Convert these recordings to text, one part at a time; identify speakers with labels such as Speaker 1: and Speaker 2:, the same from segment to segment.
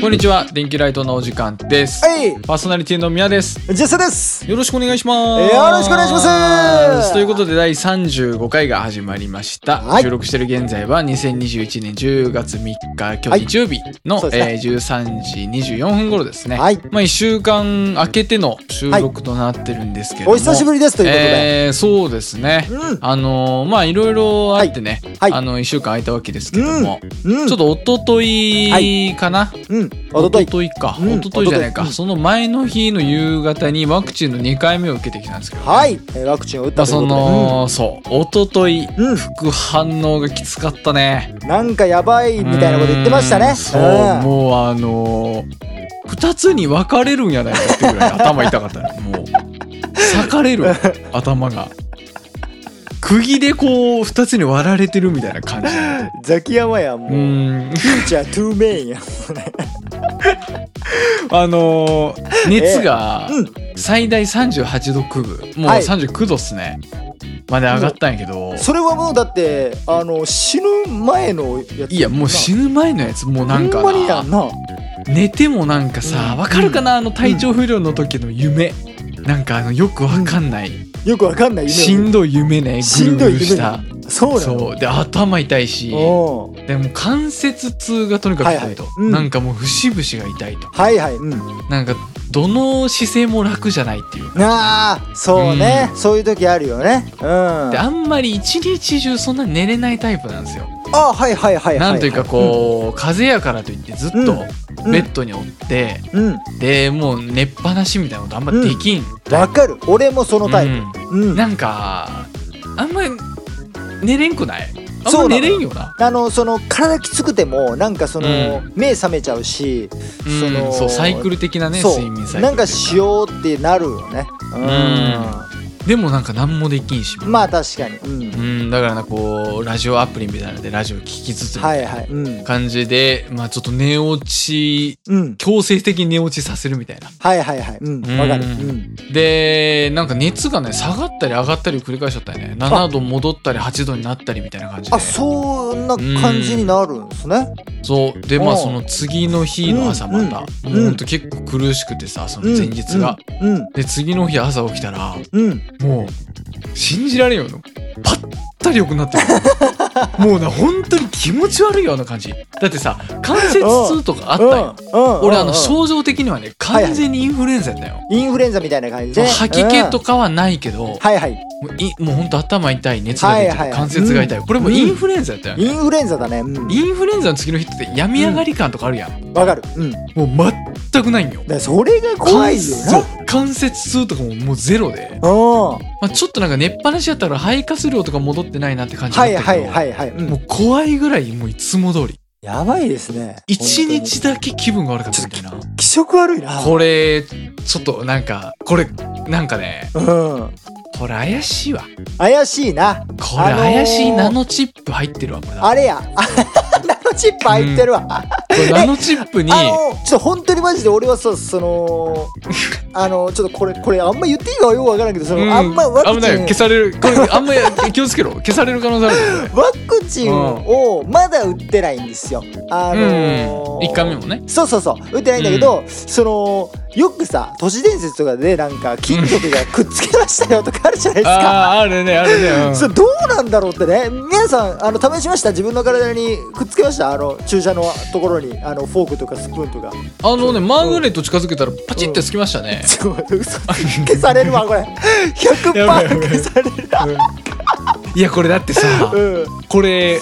Speaker 1: こんにちは電気ライトのお時間です
Speaker 2: はい
Speaker 1: パーソナリティの宮です
Speaker 2: ジェスです
Speaker 1: よろしくお願いします
Speaker 2: よろしくお願いします
Speaker 1: ということで第35回が始まりました、
Speaker 2: はい
Speaker 1: 収録している現在は2021年10月3日今日日曜日の、
Speaker 2: そうですね
Speaker 1: えー13時24分頃ですね
Speaker 2: はい
Speaker 1: まあ1週間明けての収録となってるんですけれども、
Speaker 2: お久しぶりですということで、
Speaker 1: えーそうですね、
Speaker 2: うん
Speaker 1: あのーまあいろいろあってね、
Speaker 2: はいは
Speaker 1: あ
Speaker 2: い
Speaker 1: の1週間空いたわけですけども、
Speaker 2: うん
Speaker 1: ちょっと一昨日かな、
Speaker 2: うんおととい
Speaker 1: 一昨日か、
Speaker 2: うん
Speaker 1: 一昨日じゃないか、
Speaker 2: 一昨日うん
Speaker 1: その前の日の夕方にワクチンの2回目を受けてきたんですけど、
Speaker 2: はい、えーワクチンを打っ
Speaker 1: ま
Speaker 2: た
Speaker 1: あ
Speaker 2: という
Speaker 1: そ
Speaker 2: ことで
Speaker 1: の、そう一昨日
Speaker 2: うん、うん
Speaker 1: 副反応がきつかったね
Speaker 2: なんかやばいみたいなこと言ってました
Speaker 1: う
Speaker 2: ね
Speaker 1: んそう
Speaker 2: うん
Speaker 1: もうあのー、2つに分かれるんやないかってぐらい頭痛かった ねもう裂かれる頭が釘でこう2つに割られてるみたいな感じ
Speaker 2: ザキヤマやんもう、
Speaker 1: う
Speaker 2: フ
Speaker 1: ん
Speaker 2: ューチャートゥーメインやん
Speaker 1: あのー熱が
Speaker 2: うん
Speaker 1: 最大38度9分もう
Speaker 2: はい
Speaker 1: 39度っすね、まで上がったんやけど
Speaker 2: それはもうだってあの死ぬ前のやつ
Speaker 1: いやもう死
Speaker 2: ぬ
Speaker 1: ぬ前のやつもうなんか
Speaker 2: ほんまにや
Speaker 1: なん
Speaker 2: な
Speaker 1: 寝てもなんかさ
Speaker 2: うん
Speaker 1: わかるかなあの体調不良の時の夢なんかあのよくわかんない
Speaker 2: よくわかんない
Speaker 1: し
Speaker 2: 夢
Speaker 1: んどい夢ねぐ
Speaker 2: し
Speaker 1: る
Speaker 2: ん
Speaker 1: ぐ
Speaker 2: どい
Speaker 1: る
Speaker 2: 夢
Speaker 1: した
Speaker 2: そうなの
Speaker 1: そうで頭痛いし
Speaker 2: おー
Speaker 1: でも関節痛がとにかく痛いと
Speaker 2: はいはいうん
Speaker 1: なんかもう節々が痛いと
Speaker 2: はいはいうん
Speaker 1: なんかどの姿勢も楽じゃないっていう
Speaker 2: あーそうね、そういう時あるよねうん
Speaker 1: で
Speaker 2: あ
Speaker 1: あんまり一日中そんな寝れないタイプなんですよ。
Speaker 2: はいはいはいはい
Speaker 1: なんというかこう、風邪やからといってずっと
Speaker 2: うん
Speaker 1: ベッドにおって、
Speaker 2: うんうん
Speaker 1: でもう寝っぱなしみたいなことあんまできん。
Speaker 2: わ、かる俺もそのタイプうん、
Speaker 1: うんなんかあんまり寝れんくないあん
Speaker 2: そ
Speaker 1: ま
Speaker 2: うな
Speaker 1: 寝れ
Speaker 2: の
Speaker 1: んよな。
Speaker 2: あのその体きつくてもなんかその、
Speaker 1: う
Speaker 2: 目覚めちゃうし、
Speaker 1: うん
Speaker 2: その
Speaker 1: そうサイクル的なね
Speaker 2: そう
Speaker 1: 睡眠サイクル
Speaker 2: なんか
Speaker 1: という
Speaker 2: しようってなるよねうん、
Speaker 1: でもなんか何もできんし、
Speaker 2: まあ確かに、うん
Speaker 1: うん、だからなこうラジオアプリみたいなのでラジオ聞きつつみた
Speaker 2: はいい
Speaker 1: な
Speaker 2: はいうん、
Speaker 1: 感じで、まあちょっと寝落ち
Speaker 2: うん、
Speaker 1: 強制的に寝落ちさせるみたいな。
Speaker 2: はいはいはいうん
Speaker 1: うん
Speaker 2: わかるうん
Speaker 1: でなんか熱がね下がったり上がったりを繰り返しちゃったよね7度戻ったり8度になったりみたいな感じで
Speaker 2: あそんな感じになるんですね
Speaker 1: そうでま
Speaker 2: お
Speaker 1: あ
Speaker 2: う
Speaker 1: その次の日の朝また、
Speaker 2: うん
Speaker 1: もうほ
Speaker 2: うんん
Speaker 1: と結構苦しくてさその前日が、
Speaker 2: うん
Speaker 1: で次の日朝起きたら
Speaker 2: うんうん
Speaker 1: もう信じられんよのパッタリ良くなって るもうな本当に気持ち悪いような感じだってさ関節痛とかあ
Speaker 2: あ
Speaker 1: ったよ、
Speaker 2: うん
Speaker 1: 俺あの
Speaker 2: 小
Speaker 1: 症状的にはね完全にインフルエンザやったよ、
Speaker 2: インフルエンザみたいな感じ
Speaker 1: そ
Speaker 2: で
Speaker 1: う吐き気と
Speaker 2: か
Speaker 1: かはないけど、
Speaker 2: はいはい
Speaker 1: もういもうほんと頭痛い熱が出てる、
Speaker 2: はいはい
Speaker 1: 関節が痛い、
Speaker 2: うん
Speaker 1: これもインフルエンザやったよね、
Speaker 2: インフルエンザだねうん
Speaker 1: インフルエンザの次の日って病み上がり感とかあるやん、
Speaker 2: わかるうんだか
Speaker 1: もう全くないんよ
Speaker 2: らそれが怖いよ
Speaker 1: そう関節痛とかももうゼロで、
Speaker 2: なうん
Speaker 1: まあ、ちょっとなんか寝っぱなしやったから肺活量とか戻ってないなって感じだ
Speaker 2: は
Speaker 1: っ
Speaker 2: い
Speaker 1: たけど、
Speaker 2: はいはいはいうん
Speaker 1: もう怖いぐらいもういつも通り
Speaker 2: やばいですね。
Speaker 1: 一
Speaker 2: 本当に
Speaker 1: 日だけ気分が悪かったみたいな
Speaker 2: 気色悪いな。
Speaker 1: これちょっとなんかこれなんかね
Speaker 2: うん。
Speaker 1: これ怪しいわ
Speaker 2: 怪しいな。
Speaker 1: これ怪しいナノチップ入ってるわこれ
Speaker 2: あれや。ナノチップ入ってるわ。あ
Speaker 1: これナノチップに
Speaker 2: のちょっと本当にマジで俺はさそのあのちょっとこれこれあんま言っていいかよくわからんけどその、
Speaker 1: うん
Speaker 2: あんまワク
Speaker 1: 危ないよ消
Speaker 2: チン
Speaker 1: されるこれあんまや 気をつけろ消される可能性あるよこ
Speaker 2: ワクチンをまだ打ってないんですよ。あ
Speaker 1: れ
Speaker 2: の
Speaker 1: うん一回目もね
Speaker 2: そうそうそう打ってないんだけど、そのよくさ都市伝説とかでなんか金属がくっつけましたよとかあるじゃ ないですか。
Speaker 1: あーあるねあるねうん
Speaker 2: それどうなんだろうってね皆さんあの試しました自分の体にくっつけましたあの注射のところにあのフォークとかスプーン とか
Speaker 1: あのねマグネット近づけたらパチッてつきましたね
Speaker 2: すごい嘘消されるわこれ100%
Speaker 1: やばいやばい
Speaker 2: 消される
Speaker 1: いやこれだってさ
Speaker 2: うん
Speaker 1: これ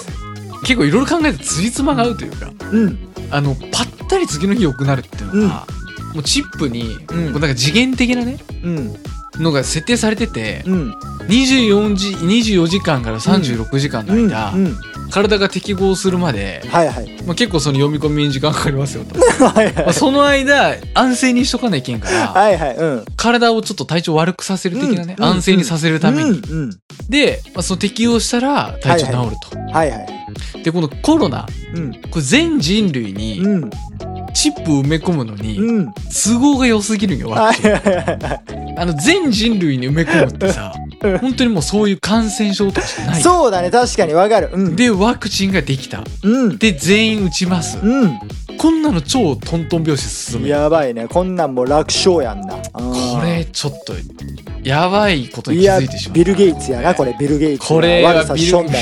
Speaker 1: 結構いろいろ考えてつじつまが合うというか
Speaker 2: うん
Speaker 1: あのパッタリ次の日良くなるっていうのが、もうチップに、
Speaker 2: うん
Speaker 1: こうなんか次元的なね
Speaker 2: うん
Speaker 1: のが設定されてて、
Speaker 2: うん
Speaker 1: 24, 時24時間から36時間の
Speaker 2: うん
Speaker 1: 間、
Speaker 2: うん
Speaker 1: 体が適合するまで、
Speaker 2: はい はい
Speaker 1: まあ、結構その読み込みに時間かかりますよと、
Speaker 2: はいはい
Speaker 1: まあ、その間安静にしとかないけんから、
Speaker 2: はいはいうん
Speaker 1: 体をちょっと体調悪くさせる的なね、
Speaker 2: うん
Speaker 1: 安静にさせるために、
Speaker 2: うん
Speaker 1: で、まあ、その適用したら体調治ると、
Speaker 2: うんはいはい
Speaker 1: でこのコロナ
Speaker 2: うん
Speaker 1: これ全人類に
Speaker 2: うん
Speaker 1: チップを埋め込むのに、
Speaker 2: うん
Speaker 1: 都合が良すぎるんよ、
Speaker 2: は
Speaker 1: ワ
Speaker 2: い
Speaker 1: クチン
Speaker 2: はいはいは
Speaker 1: あの全人類に埋め込むってさ
Speaker 2: うん
Speaker 1: 本当にもうそういう感染症とかしかないい
Speaker 2: そうだね確かにわかるうん
Speaker 1: でワクチンができた
Speaker 2: うん
Speaker 1: で全員打ちます
Speaker 2: うん
Speaker 1: こんなの超トントン拍子進むよ
Speaker 2: やばいねこんなんもう楽勝やんなこ
Speaker 1: これちょっとやばいことに
Speaker 2: い
Speaker 1: 気
Speaker 2: や
Speaker 1: づいてしまった
Speaker 2: ビル・ゲイツやなこれビル・ゲイツ
Speaker 1: これは
Speaker 2: 悪さ
Speaker 1: ビ
Speaker 2: し
Speaker 1: ル
Speaker 2: ょんだ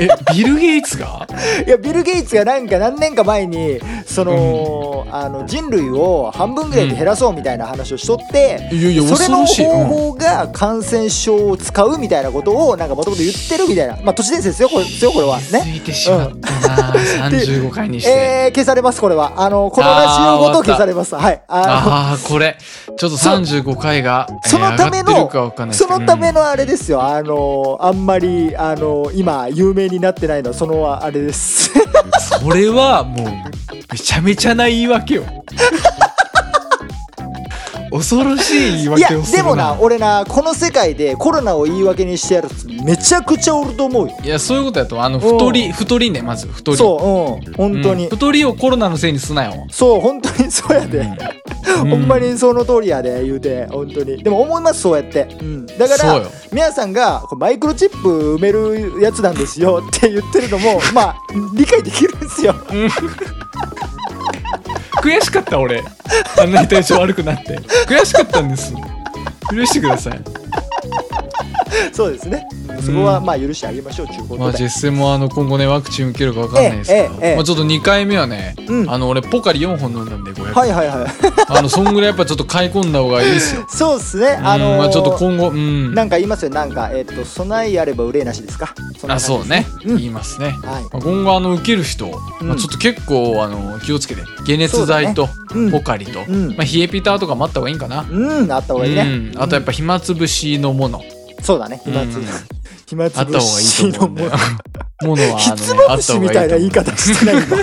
Speaker 1: えビル・ゲイツが
Speaker 2: いやビル・ゲイツがなんか何年か前にその,、あの人類を半分ぐらいで減らそうみたいな話をしとって、
Speaker 1: いやいや
Speaker 2: それ
Speaker 1: 恐
Speaker 2: の
Speaker 1: ろしい、
Speaker 2: 方
Speaker 1: うん、
Speaker 2: 法が感染症を使うみたいなことをなんかもともと言ってるみたいなまあ都市伝説ですよこれですよこれは
Speaker 1: 気
Speaker 2: ね
Speaker 1: づいてしまったな、35回にして、
Speaker 2: えー、消されますこれはあのこのラジオごと消されますはいあの
Speaker 1: ああこれちょっと35回が
Speaker 2: そのための
Speaker 1: えー上がってるかわかんないです
Speaker 2: そ
Speaker 1: けど
Speaker 2: のためのあれですよ、あのあんまりあの今有名になってないのはそのあれです
Speaker 1: うんそれはもうめちゃめちゃな言い訳 よ恐ろしい言い
Speaker 2: いや
Speaker 1: 訳をする
Speaker 2: でもな俺なこの世界でコロナを言い訳にしてやるやつめちゃくちゃおると思うよ
Speaker 1: いやそういうことやとあの太り太りねまず太り
Speaker 2: そううん本当に、
Speaker 1: うん太りをコロナのせいにすなよ、
Speaker 2: そう本当にそうやで、
Speaker 1: う
Speaker 2: ほんまにその通りやで言うて本当にでも思いますそうやって、うん、だか
Speaker 1: そう
Speaker 2: ら
Speaker 1: よ
Speaker 2: 皆さんがこれマイクロチップ埋めるやつなんですよって言ってるのもまあ理解できるんですよ
Speaker 1: 悔しかった俺あんなに体調悪くなって悔しかったんです許してください
Speaker 2: そうですねそこは
Speaker 1: うん
Speaker 2: まあ許してあげましょうちゅうこ
Speaker 1: ま
Speaker 2: と
Speaker 1: あ
Speaker 2: で、
Speaker 1: 実際もあの今後ねワクチン受けるかわかんないですけど、
Speaker 2: ええええ
Speaker 1: まあ、ちょっと2回目はね、
Speaker 2: うん
Speaker 1: あの俺ポカリ4本飲んだんで500、
Speaker 2: はいはいはい
Speaker 1: あのそんぐらいやっぱちょっと買い込んだ方がいいですよ
Speaker 2: そうですねあ
Speaker 1: あの
Speaker 2: のー
Speaker 1: まあ、ちょっと今後うん
Speaker 2: なんか言いますよなんかえっ、と備えあれば憂いなしですかんな
Speaker 1: あそうね、
Speaker 2: うん
Speaker 1: 言いますね、
Speaker 2: はい
Speaker 1: まあ、今後あの受ける人、
Speaker 2: うん
Speaker 1: まあ、ちょっと結構あの気をつけて解熱剤と
Speaker 2: そうだねうん
Speaker 1: ポカリと、
Speaker 2: うん
Speaker 1: まあ、冷えピターとかもあった方がいいんかな、
Speaker 2: うんあった方がいいね、
Speaker 1: うん、あとやっぱ暇つぶしのもの、
Speaker 2: そうだね暇つ
Speaker 1: うん
Speaker 2: 暇
Speaker 1: あっ
Speaker 2: つ
Speaker 1: た
Speaker 2: ぶ
Speaker 1: 方がい
Speaker 2: し
Speaker 1: いと
Speaker 2: の
Speaker 1: 思うん
Speaker 2: も
Speaker 1: だ
Speaker 2: の
Speaker 1: よ。ものは
Speaker 2: ひ
Speaker 1: あ
Speaker 2: つ
Speaker 1: のね、あ
Speaker 2: ま
Speaker 1: っ
Speaker 2: ぶ
Speaker 1: た
Speaker 2: し
Speaker 1: 方
Speaker 2: み
Speaker 1: がいいと
Speaker 2: たいな言
Speaker 1: 思。
Speaker 2: いう方してないんだ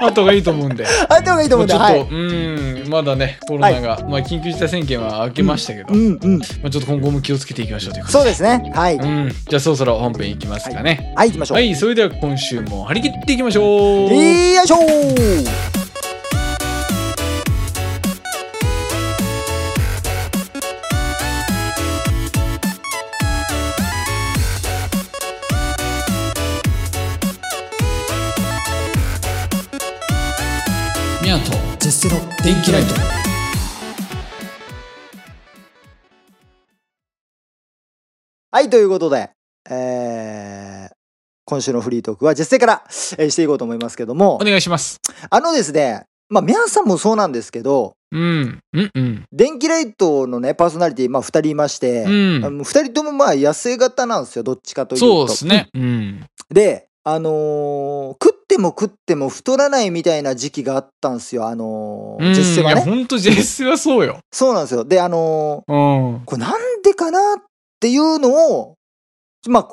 Speaker 1: あった方がいいと思うんで。
Speaker 2: あった方がいいと
Speaker 1: も
Speaker 2: 思う
Speaker 1: うんち
Speaker 2: だ
Speaker 1: ょっと、
Speaker 2: はい
Speaker 1: うん、まだね、コロナが、まあ緊急事態宣言は明けましたけど、
Speaker 2: うんうん
Speaker 1: まあちょっと今後も気をつけていきましょうということ
Speaker 2: そうですね。はい。
Speaker 1: で。うん、じゃあそろそろ本編いきますかね。
Speaker 2: はい、行きましょう。
Speaker 1: はい、それでは今週も張り切っていきましょう。
Speaker 2: よいしょ
Speaker 1: ミヤと
Speaker 2: 絶世の
Speaker 1: 電気ライト。
Speaker 2: はい、ということで、えー、今週のフリートークは絶世から、えーしていこうと思いますけども
Speaker 1: お、願いします。
Speaker 2: あのですね、まあ、皆さんもそうなんですけど、
Speaker 1: うん、うん、うん、
Speaker 2: 電気ライトのね、パーソナリティ、まあ、2人いまして、
Speaker 1: うん
Speaker 2: あの2人ともまあ、野生型なんですよ、どっちかというと。
Speaker 1: そうですね。うん、
Speaker 2: で、あのー食っても食っても太らないみたいな時期があったんですよ、あの
Speaker 1: うん、
Speaker 2: ー、絶世
Speaker 1: い
Speaker 2: が
Speaker 1: や、
Speaker 2: ね。
Speaker 1: 本当ジェスはそうよ。
Speaker 2: そうなんですよ。で、あのー
Speaker 1: うん、
Speaker 2: これなんでかなっていうのを、まあ、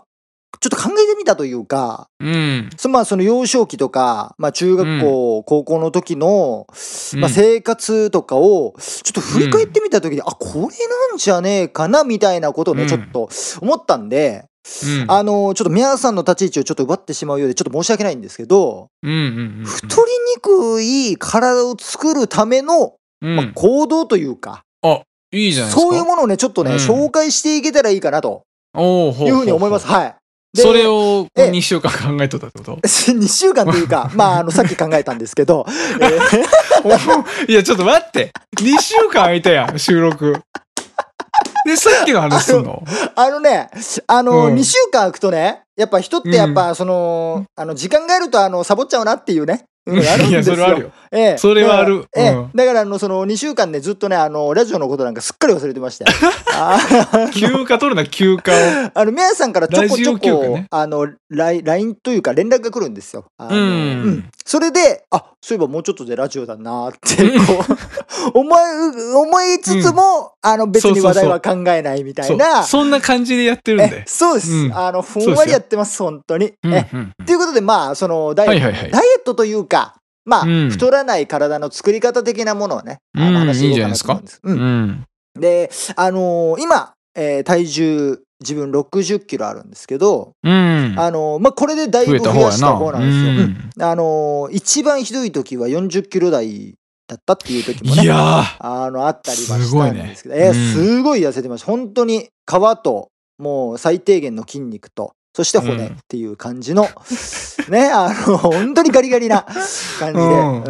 Speaker 2: ちょっと考えてみたというか、
Speaker 1: うん、
Speaker 2: そまあその幼少期とか、まあ中学校、高校の時の、まあ
Speaker 1: うん
Speaker 2: 生活とかを、ちょっと振り返ってみた時に、あ、これなんじゃねえかな、みたいなことをね、
Speaker 1: うん
Speaker 2: ちょっと思ったんで、
Speaker 1: うん、
Speaker 2: あの、ちょっと皆さんの立ち位置をちょっと奪ってしまうようで、ちょっと申し訳ないんですけど、
Speaker 1: うん、うん、うん
Speaker 2: 太りにくい体を作るための、
Speaker 1: うん、
Speaker 2: まあ行動というか、
Speaker 1: いいじゃないですか。
Speaker 2: そういうものをね、ちょっとね、
Speaker 1: うん
Speaker 2: 紹介していけたらいいかなと。
Speaker 1: おーほうほうほう
Speaker 2: いうふうに思います。はい。で
Speaker 1: そ れ。を
Speaker 2: ええ
Speaker 1: 2週間考えとったってこと
Speaker 2: 2週間というか、まあ、あの、さっき考えたんですけど、えー
Speaker 1: いや、ちょっと待って。2週間空いたやん、収録。で、さっきの話すんの
Speaker 2: あのね、あの、
Speaker 1: うん
Speaker 2: 2週間空くとね、やっぱ人ってやっぱ、その、あの、時間があると、あの、サボっちゃうなっていうね、うんあるん
Speaker 1: い
Speaker 2: で
Speaker 1: や、そ
Speaker 2: すよ。
Speaker 1: れはあるよ。
Speaker 2: ええ
Speaker 1: それはある
Speaker 2: だからええ
Speaker 1: うん
Speaker 2: だから、あの、その、2週間ね、ずっとね、あの、ラジオのことなんかすっかり忘れてまして。あー
Speaker 1: 休暇取るな、休暇を。
Speaker 2: あの、皆さんからちょこちょ
Speaker 1: ラジオ休
Speaker 2: こ、
Speaker 1: 暇ね
Speaker 2: あの、ライン LINE というか連絡が来るんですよ。あの
Speaker 1: うん
Speaker 2: それで、あ、そういえばもうちょっとでラジオだなーって、こう、思い、思いつつも、あの、別に話題は考えないみた
Speaker 1: そ
Speaker 2: いうな。
Speaker 1: そんな感じでやってるん
Speaker 2: え
Speaker 1: で。
Speaker 2: そうです、
Speaker 1: うん
Speaker 2: あの、ふんわりやってます、本当に。
Speaker 1: うんう
Speaker 2: え
Speaker 1: ん
Speaker 2: ということで、まあ、その、ダイエット
Speaker 1: はいはいはい。
Speaker 2: ダイエットというか、まあ、
Speaker 1: うん
Speaker 2: 太らない体の作り方的なものをね、あ
Speaker 1: うん
Speaker 2: の話していこうかなと思うんです。う
Speaker 1: うんん。
Speaker 2: で、あのー今、えー体重、自分60キロあるんですけど、
Speaker 1: うん。
Speaker 2: あのーまあ、これでだい
Speaker 1: 増
Speaker 2: ぶ
Speaker 1: えた方
Speaker 2: 増や
Speaker 1: や
Speaker 2: した
Speaker 1: な。
Speaker 2: 方なん
Speaker 1: う
Speaker 2: ですよ。うん
Speaker 1: ん
Speaker 2: あのー一番ひどい時は40キロ台だったっていう時もね。
Speaker 1: いやー。
Speaker 2: あの、あったりは
Speaker 1: す
Speaker 2: し
Speaker 1: ご
Speaker 2: た
Speaker 1: い
Speaker 2: ん
Speaker 1: ね
Speaker 2: ですけど、えー
Speaker 1: うん
Speaker 2: すごい痩せてました。本当に皮と、もう最低限の筋肉と、そして骨っていう感じの、ね、あの、本当にガリガリな感じ
Speaker 1: う
Speaker 2: で、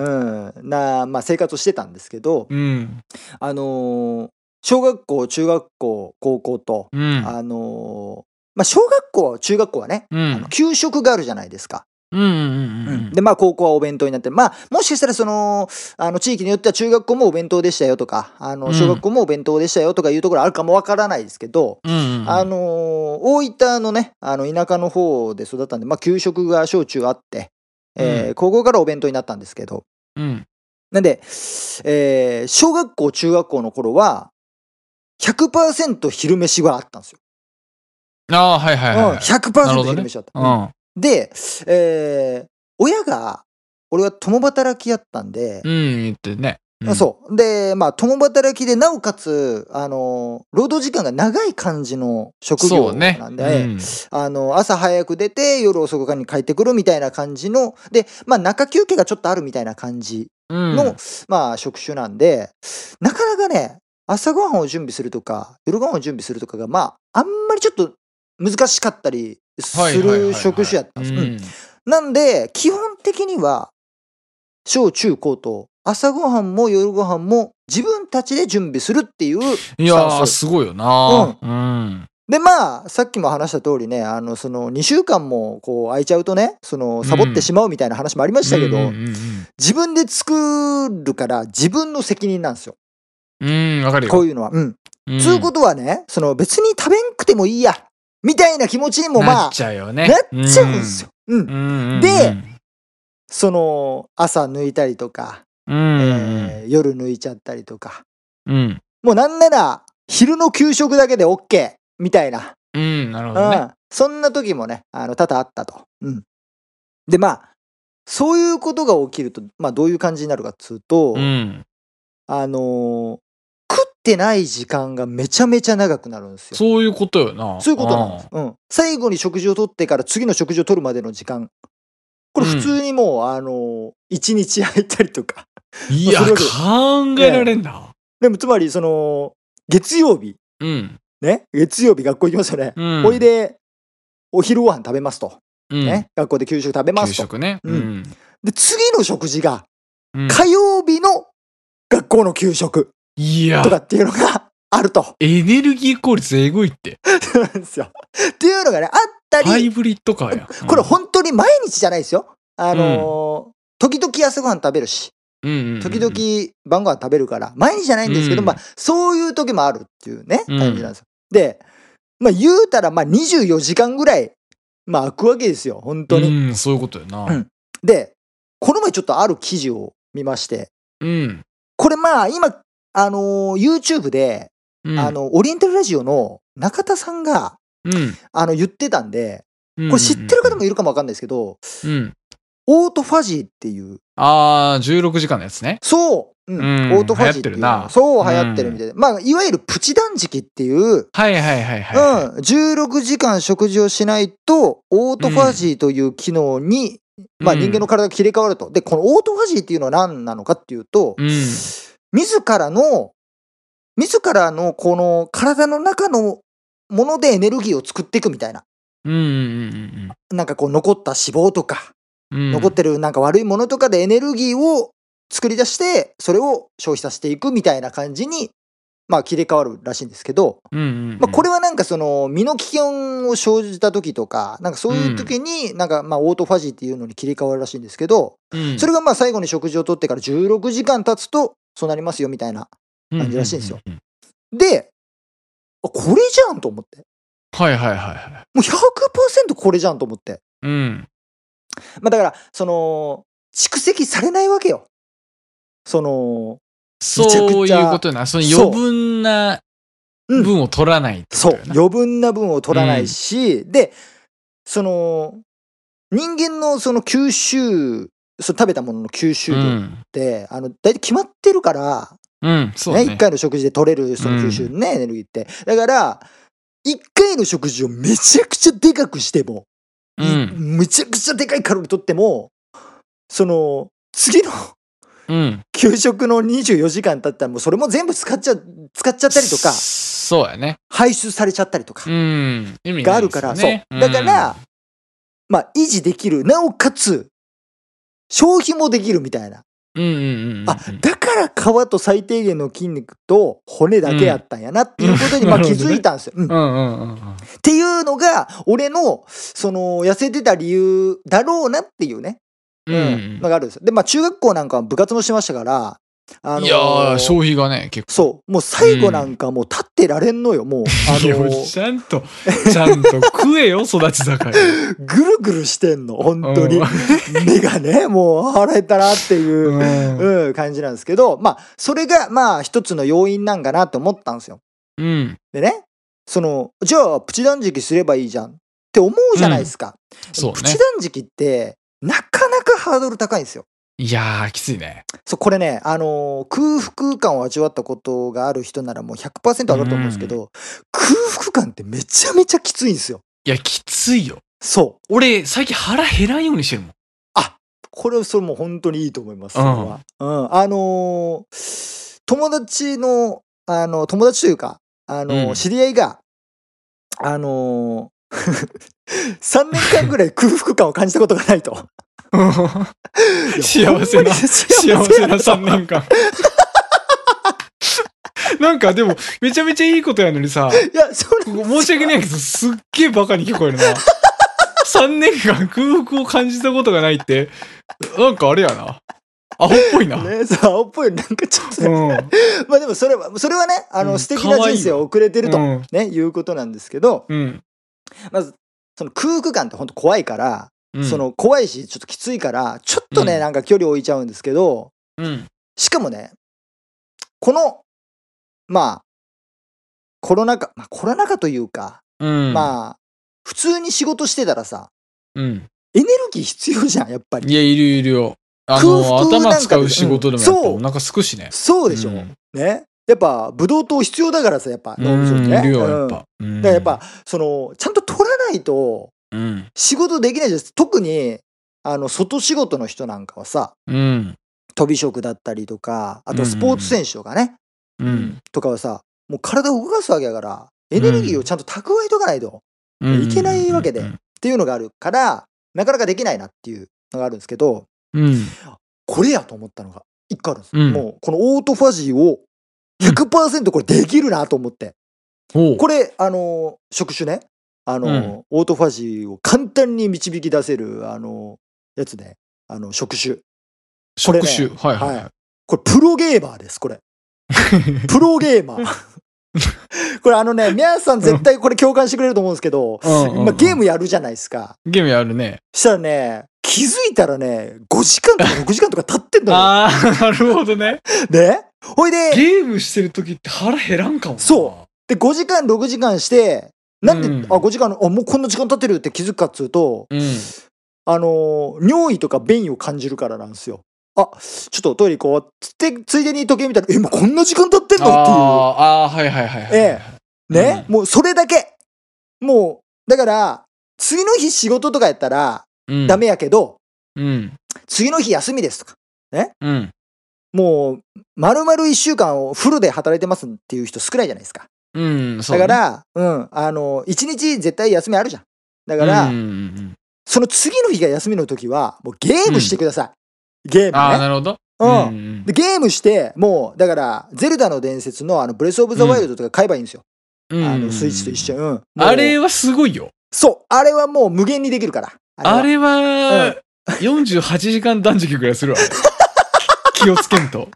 Speaker 1: ん
Speaker 2: うん、な、まあ生活をしてたんですけど、
Speaker 1: うん。
Speaker 2: あのー小学校、中学校、高校と、
Speaker 1: うん。
Speaker 2: あのーまあ小学校、中学校はね、
Speaker 1: うん。う
Speaker 2: あの
Speaker 1: ん。
Speaker 2: 給食があるじゃないですか。
Speaker 1: うん。うん。
Speaker 2: でまあ高校はお弁当になってまあもしかしたらそのあの地域によっては中学校もお弁当でしたよとかあ
Speaker 1: う
Speaker 2: の
Speaker 1: ん
Speaker 2: 小学校もお弁当でしたよとかいうところあるかもわからないですけど、
Speaker 1: うん。
Speaker 2: あのー大分のねあの田舎の方で育ったんで、まあ、給食が小中あって、えー
Speaker 1: う
Speaker 2: 高校からお弁当になったんですけど
Speaker 1: うん。
Speaker 2: なんで、えー小学校中学校の頃は100%昼飯はあったんですよ。
Speaker 1: ああ、はいはいはい
Speaker 2: うん
Speaker 1: はい。なるほ
Speaker 2: 100%
Speaker 1: ど
Speaker 2: 昼
Speaker 1: ね
Speaker 2: 飯だった。
Speaker 1: うん。
Speaker 2: で、えー親が俺は共働きやったんで、
Speaker 1: うん。言ってね。うん
Speaker 2: そう。で、まあ、共働きで、なおかつ、あの、労働時間が長い感じの職
Speaker 1: そ
Speaker 2: 業
Speaker 1: うね。
Speaker 2: なんで、
Speaker 1: うん。
Speaker 2: あの、朝早く出て、夜遅くに帰ってくるみたいな感じの、で、まあ、中休憩がちょっとあるみたいな感じ
Speaker 1: うん
Speaker 2: の、まあ、職種なんで、なかなかね、朝ごはんを準備するとか、夜ごはんを準備するとかが、まあ、あんまりちょっと難しかったりす
Speaker 1: はいはいはいは
Speaker 2: る
Speaker 1: い
Speaker 2: 職種やったんです。うん
Speaker 1: うん。
Speaker 2: なんで、基本的には、小中高と、朝ごはんも夜ごはんも自分たちで準備するっていう。
Speaker 1: いやー、すごいよな。うん。
Speaker 2: で、まあ、さっきも話した通りね、あの、その、2週間も、こう、空いちゃうとね、その、サボっ
Speaker 1: う
Speaker 2: て
Speaker 1: ん
Speaker 2: しまうみたいな話もありましたけど、
Speaker 1: うんうん
Speaker 2: 自分で作るから、自分の責任なんですよ。
Speaker 1: うん。うん、わかるよ。
Speaker 2: こういうのは。うん。
Speaker 1: ん
Speaker 2: つうことはね、その、別に食べんくてもいいや、みたいな気持ちにも、ま
Speaker 1: な
Speaker 2: あ
Speaker 1: っ、ちゃうよね。
Speaker 2: なっちゃうんですよ。うん
Speaker 1: う。ん。うん。
Speaker 2: でその、朝抜いたりとか、
Speaker 1: うん、うんうん。
Speaker 2: えー夜抜いちゃったりとか。
Speaker 1: うん。
Speaker 2: もうなんなら、昼の給食だけで OK! みたいな。
Speaker 1: うん、なるほ
Speaker 2: う
Speaker 1: どね。
Speaker 2: ん。そんな時もね、あの、多々あったと。うん。で、まあ、そういうことが起きると、まあ、どういう感じになるかっつうと、
Speaker 1: うん。
Speaker 2: あのー食ってない時間がめちゃめちゃ長くなるんですよ。
Speaker 1: そういうことよな。
Speaker 2: そういうことなんです。うん。最後に食事をとってから次の食事をとるまでの時間。これ普通にもう、あのー、一日空いたりとか。
Speaker 1: うんいや、
Speaker 2: それより
Speaker 1: 考えられんな。
Speaker 2: でも、つまり、その、月曜日、
Speaker 1: うん。
Speaker 2: ね、月曜日学校行きますよね。
Speaker 1: うん。
Speaker 2: おいで、お昼ご飯食べますと。
Speaker 1: うん、
Speaker 2: ね。学校で給食食べま
Speaker 1: 給
Speaker 2: すと。
Speaker 1: 食ね。
Speaker 2: う
Speaker 1: うんん。
Speaker 2: で、次の食事が、
Speaker 1: うん
Speaker 2: 火曜日の学校の給食
Speaker 1: いや
Speaker 2: と、かっていうのが あると。
Speaker 1: エネルギー効率えぐいって。
Speaker 2: そうなんですよ。っていうのがね、あった
Speaker 1: ハイ
Speaker 2: り、
Speaker 1: ブリッドかや。
Speaker 2: これ本当に毎日じゃないですよ。あのー時々朝ごはん食べるし、
Speaker 1: うん、うんうん
Speaker 2: 時々晩ごはん食べるから、毎日じゃないんですけど、
Speaker 1: うん
Speaker 2: まあ、そういう時もあるっていうね、
Speaker 1: うん
Speaker 2: 感じなんですよ。で、まあ、言うたら、まあ、24時間ぐらい、まあ、空くわけですよ、本当に。
Speaker 1: うん、そういうことよな。
Speaker 2: う
Speaker 1: うんん。
Speaker 2: で、この前ちょっとある記事を見まして、
Speaker 1: うん。
Speaker 2: これまあ今、あのー YouTube で、あ、の、オリエンタルラジオの中田さんが、
Speaker 1: うん。
Speaker 2: あの、言ってたんで、
Speaker 1: うん
Speaker 2: これ知ってる方もいるかもわかんないですけど、
Speaker 1: うん。
Speaker 2: オートファジーっていう、
Speaker 1: あー、16時間のやつね。
Speaker 2: そう、うん
Speaker 1: うん
Speaker 2: オートファジーっていう
Speaker 1: 流行ってるな
Speaker 2: そう、流行ってるみたいで、まあ、いわゆるプチ断食っていう、
Speaker 1: はいはいはいはい。
Speaker 2: うん、16時間食事をしないと、オートファジーという機能に、まあ
Speaker 1: うん
Speaker 2: 人間の体が切り替わると。で、このオートファジーっていうのは何なのかっていうと、
Speaker 1: うん。
Speaker 2: 自らの、自らのこの体の中のものでエネルギーを作っていくみたいな。
Speaker 1: うん。うん。
Speaker 2: なんかこう残った脂肪とか、
Speaker 1: うん。
Speaker 2: 残ってるなんか悪いものとかでエネルギーを作り出して、それを消費させていくみたいな感じに、まあ切り替わるらしいんですけど、
Speaker 1: うんうんうん。
Speaker 2: まあこれはなんかその身の危険を生じた時とか、なんかそういう時になんかまあオートファジーっていうのに切り替わるらしいんですけど、
Speaker 1: うん、
Speaker 2: それがまあ最後に食事をとってから16時間経つとそうなりますよみたいな感じらしいんですよ
Speaker 1: ううううん。
Speaker 2: で、あこれじゃんと思って。
Speaker 1: はいはいはいはい。
Speaker 2: もう100%これじゃんと思って。
Speaker 1: うん。
Speaker 2: まあだから、その、蓄積されないわけよ。その、ゃくちゃ
Speaker 1: そういうことな。その
Speaker 2: そう
Speaker 1: 余分な
Speaker 2: うん
Speaker 1: 分を取らないってこ
Speaker 2: そ
Speaker 1: と
Speaker 2: う
Speaker 1: よ、な
Speaker 2: 余分な分を取らないし、で、その、人間のその吸収、その食べたものの吸収
Speaker 1: う
Speaker 2: 量っ
Speaker 1: ん。
Speaker 2: て、あの、大体決まってるから、
Speaker 1: うん、そう
Speaker 2: ね、
Speaker 1: ね。
Speaker 2: 1回の食事で取れるその吸収ね、エネルギーって。だから、1回の食事をめちゃくちゃでかくしても、
Speaker 1: うん。
Speaker 2: むちゃくちゃでかいカロリーとってもその次の
Speaker 1: うん。
Speaker 2: 給食の24時間経ったらもうそれも全部使っちゃ使っちゃったりとか
Speaker 1: そうやね。
Speaker 2: 排出されちゃったりと
Speaker 1: う
Speaker 2: か
Speaker 1: ん。意味
Speaker 2: が
Speaker 1: な
Speaker 2: あ
Speaker 1: い
Speaker 2: る
Speaker 1: です
Speaker 2: か
Speaker 1: よ
Speaker 2: ら、
Speaker 1: ね
Speaker 2: そうだから、まあ、維持できる。なおかつ、消費もできるみたいな。
Speaker 1: うんうんうんうん。
Speaker 2: あ、だから皮と最低限の筋肉と骨だけやったんやなっていうことに、
Speaker 1: うん
Speaker 2: まあ
Speaker 1: なる
Speaker 2: 気
Speaker 1: ほどね
Speaker 2: づいたんですよ。う
Speaker 1: う
Speaker 2: んっ
Speaker 1: んうんうんうん。
Speaker 2: ていうのが、俺の、その、痩せてた理由だろうなっていうね、
Speaker 1: うんうん
Speaker 2: のがあるんですよ。で、まあ中学校なんかは部活もしてましたから、あのー
Speaker 1: いやー、消費がね、結構。
Speaker 2: そう、もう最後なんかもう立ってられんのよ、もう。あ
Speaker 1: いや
Speaker 2: のー
Speaker 1: ちゃんと、ちゃんと食 えよ、育ち盛り。
Speaker 2: ぐるぐるしてんの、本当に
Speaker 1: うん。
Speaker 2: 目がね、もう腹減ったなっていう。
Speaker 1: うん。うん
Speaker 2: うん、感じなんですけど、まあ、それが、まあ、一つの要因なんかなと思ったんですよ。
Speaker 1: うん。
Speaker 2: でね、その、じゃあ、プチ断食すればいいじゃんって思うじゃないですか。
Speaker 1: そう
Speaker 2: プ
Speaker 1: ね
Speaker 2: チ。断食って、なかなかハードル高いんですよ。
Speaker 1: いやー、きついね。
Speaker 2: そう、これね、あのー空腹感を味わったことがある人ならもう100%上がると思うんですけど、空腹感ってめちゃめちゃきついんですよ。
Speaker 1: いや、きついよ。
Speaker 2: そう。
Speaker 1: 俺、最近腹減らんようにしてるもん。
Speaker 2: これそれもう本当にいいと思います。そ
Speaker 1: うん
Speaker 2: れはうん、あのー友達のあの友達というかあのー
Speaker 1: うん
Speaker 2: 知り合いがあのー 3年間ぐらい空腹感を感じたことが ないと。
Speaker 1: 幸せな
Speaker 2: ほんまに幸
Speaker 1: 幸せな
Speaker 2: と
Speaker 1: 3年間。 なんかでも、めちゃめちゃいいことやのにさ、
Speaker 2: いや、それ
Speaker 1: 申し訳ないけど、すっげえバカに聞こえ るな。3年間空腹を感じたことがないって、なんかあれやな。アホっぽいな。
Speaker 2: ね、そう、青っぽい、なんかちょっと
Speaker 1: う
Speaker 2: ね、
Speaker 1: ん。
Speaker 2: まあでもそれは、それはね、あの、
Speaker 1: うん
Speaker 2: 素敵な人生を送れてると、
Speaker 1: うん
Speaker 2: ね、いうことなんですけど、
Speaker 1: うん。
Speaker 2: まず、その空腹感って本当怖いから、
Speaker 1: うん
Speaker 2: そ、の怖いし、ちょっときついから、ちょっとね、
Speaker 1: うん
Speaker 2: なんか距離置いちゃうんですけど、
Speaker 1: うん。
Speaker 2: しかもね、この、まあ、コロナ禍、まあ、コロナ禍というか、
Speaker 1: うん。
Speaker 2: まあ、普通に仕事してたらさ、
Speaker 1: うん。
Speaker 2: エネルギー必要じゃん、やっぱり。
Speaker 1: いや、いるいるよ。あ
Speaker 2: 空
Speaker 1: の、
Speaker 2: 腹なんか
Speaker 1: 頭使う仕事でもやっぱ
Speaker 2: うんそう
Speaker 1: お腹すくしね。
Speaker 2: そうでしょ、
Speaker 1: うん
Speaker 2: ね。やっぱ、ブドウ糖必要だからさ、やっぱ、
Speaker 1: う
Speaker 2: 脳みそ
Speaker 1: ん、
Speaker 2: に
Speaker 1: い
Speaker 2: ね。
Speaker 1: るよ、
Speaker 2: う
Speaker 1: や
Speaker 2: ん
Speaker 1: っ
Speaker 2: だか
Speaker 1: ぱ。うん
Speaker 2: らやっぱ、、その、ちゃんと取らないと、
Speaker 1: うん。
Speaker 2: 仕事できないじゃん。特に、あの、外仕事の人なんかはさ、
Speaker 1: うん。
Speaker 2: 飛び職だったりとか、あとスポーツ選手とかね、
Speaker 1: うん。
Speaker 2: とかはさ、もう体を動かすわけだから、エネルギーをちゃんと蓄えとかないと、っ
Speaker 1: うん
Speaker 2: いけないわけで
Speaker 1: うん
Speaker 2: ていうのがあるから、なかなかできないなっていうのがあるんですけど、
Speaker 1: うん。
Speaker 2: これやと思ったのが一個あるんです、
Speaker 1: うん
Speaker 2: もう、このオートファジーを100%これできるなと思って。
Speaker 1: ほう。
Speaker 2: これ、あのー職種ね、あのー
Speaker 1: うん
Speaker 2: オートファジーを簡単に導き出せる、あのーやつね、あの、職種。これ
Speaker 1: 職
Speaker 2: ね
Speaker 1: 種。はいはい
Speaker 2: は
Speaker 1: は
Speaker 2: これ、プロゲーマーです、これ。プロゲーマー。 これあのね、皆さん絶対これ共感してくれると思うんですけど、
Speaker 1: いうんうんうん。
Speaker 2: まあ、ゲームやるじゃないですか。
Speaker 1: ゲームやるね。
Speaker 2: したらね、気づいたらね、5時間とか6時間とか経ってんだ
Speaker 1: ああ、なるほどね。
Speaker 2: よ。ねほいで、
Speaker 1: ゲームしてる時って腹減らんかもな。
Speaker 2: そで、5時間、6時間して、なんで、
Speaker 1: うん
Speaker 2: あ、5時間、あ、もうこんな時間経ってるって気づくかっつうと、
Speaker 1: う。うん。
Speaker 2: あのー尿意とか便意を感じるからなんですよ。あ、ちょっとトイレ行こう。つって、ついでに時計見たら、え、もうこんな時間経ってんのっていう。
Speaker 1: あーあー、はいはいはいはい。
Speaker 2: えね、
Speaker 1: う
Speaker 2: もうそれだけ。もう、だから、次の日仕事とかやったら
Speaker 1: うん
Speaker 2: ダ。メやけど、
Speaker 1: うん。
Speaker 2: 次の日休みですとか。
Speaker 1: うん。
Speaker 2: もう、丸々一週間をフルで働いてますっていう人少ないじゃないですか。
Speaker 1: うん。そ
Speaker 2: だ
Speaker 1: うね
Speaker 2: か、ら、うん、あの、一日絶対休みあるじゃん。だから、
Speaker 1: うんうんうん
Speaker 2: その次の日が休みの時は、もうゲームしてください。ゲ
Speaker 1: ああ、
Speaker 2: ームね。
Speaker 1: なるほど。
Speaker 2: うん
Speaker 1: ん
Speaker 2: でゲームして、もう、だから、ゼルダの伝説のあの、ブレスオブザワイルドとか買えばいいんですよ。
Speaker 1: うん
Speaker 2: あの、スイッチと一緒。うん。もう
Speaker 1: あれはすごいよ。
Speaker 2: そう、あれはもう無限にできるから。は
Speaker 1: あれは、48時間断食ぐらいするわ。 気をつけんと。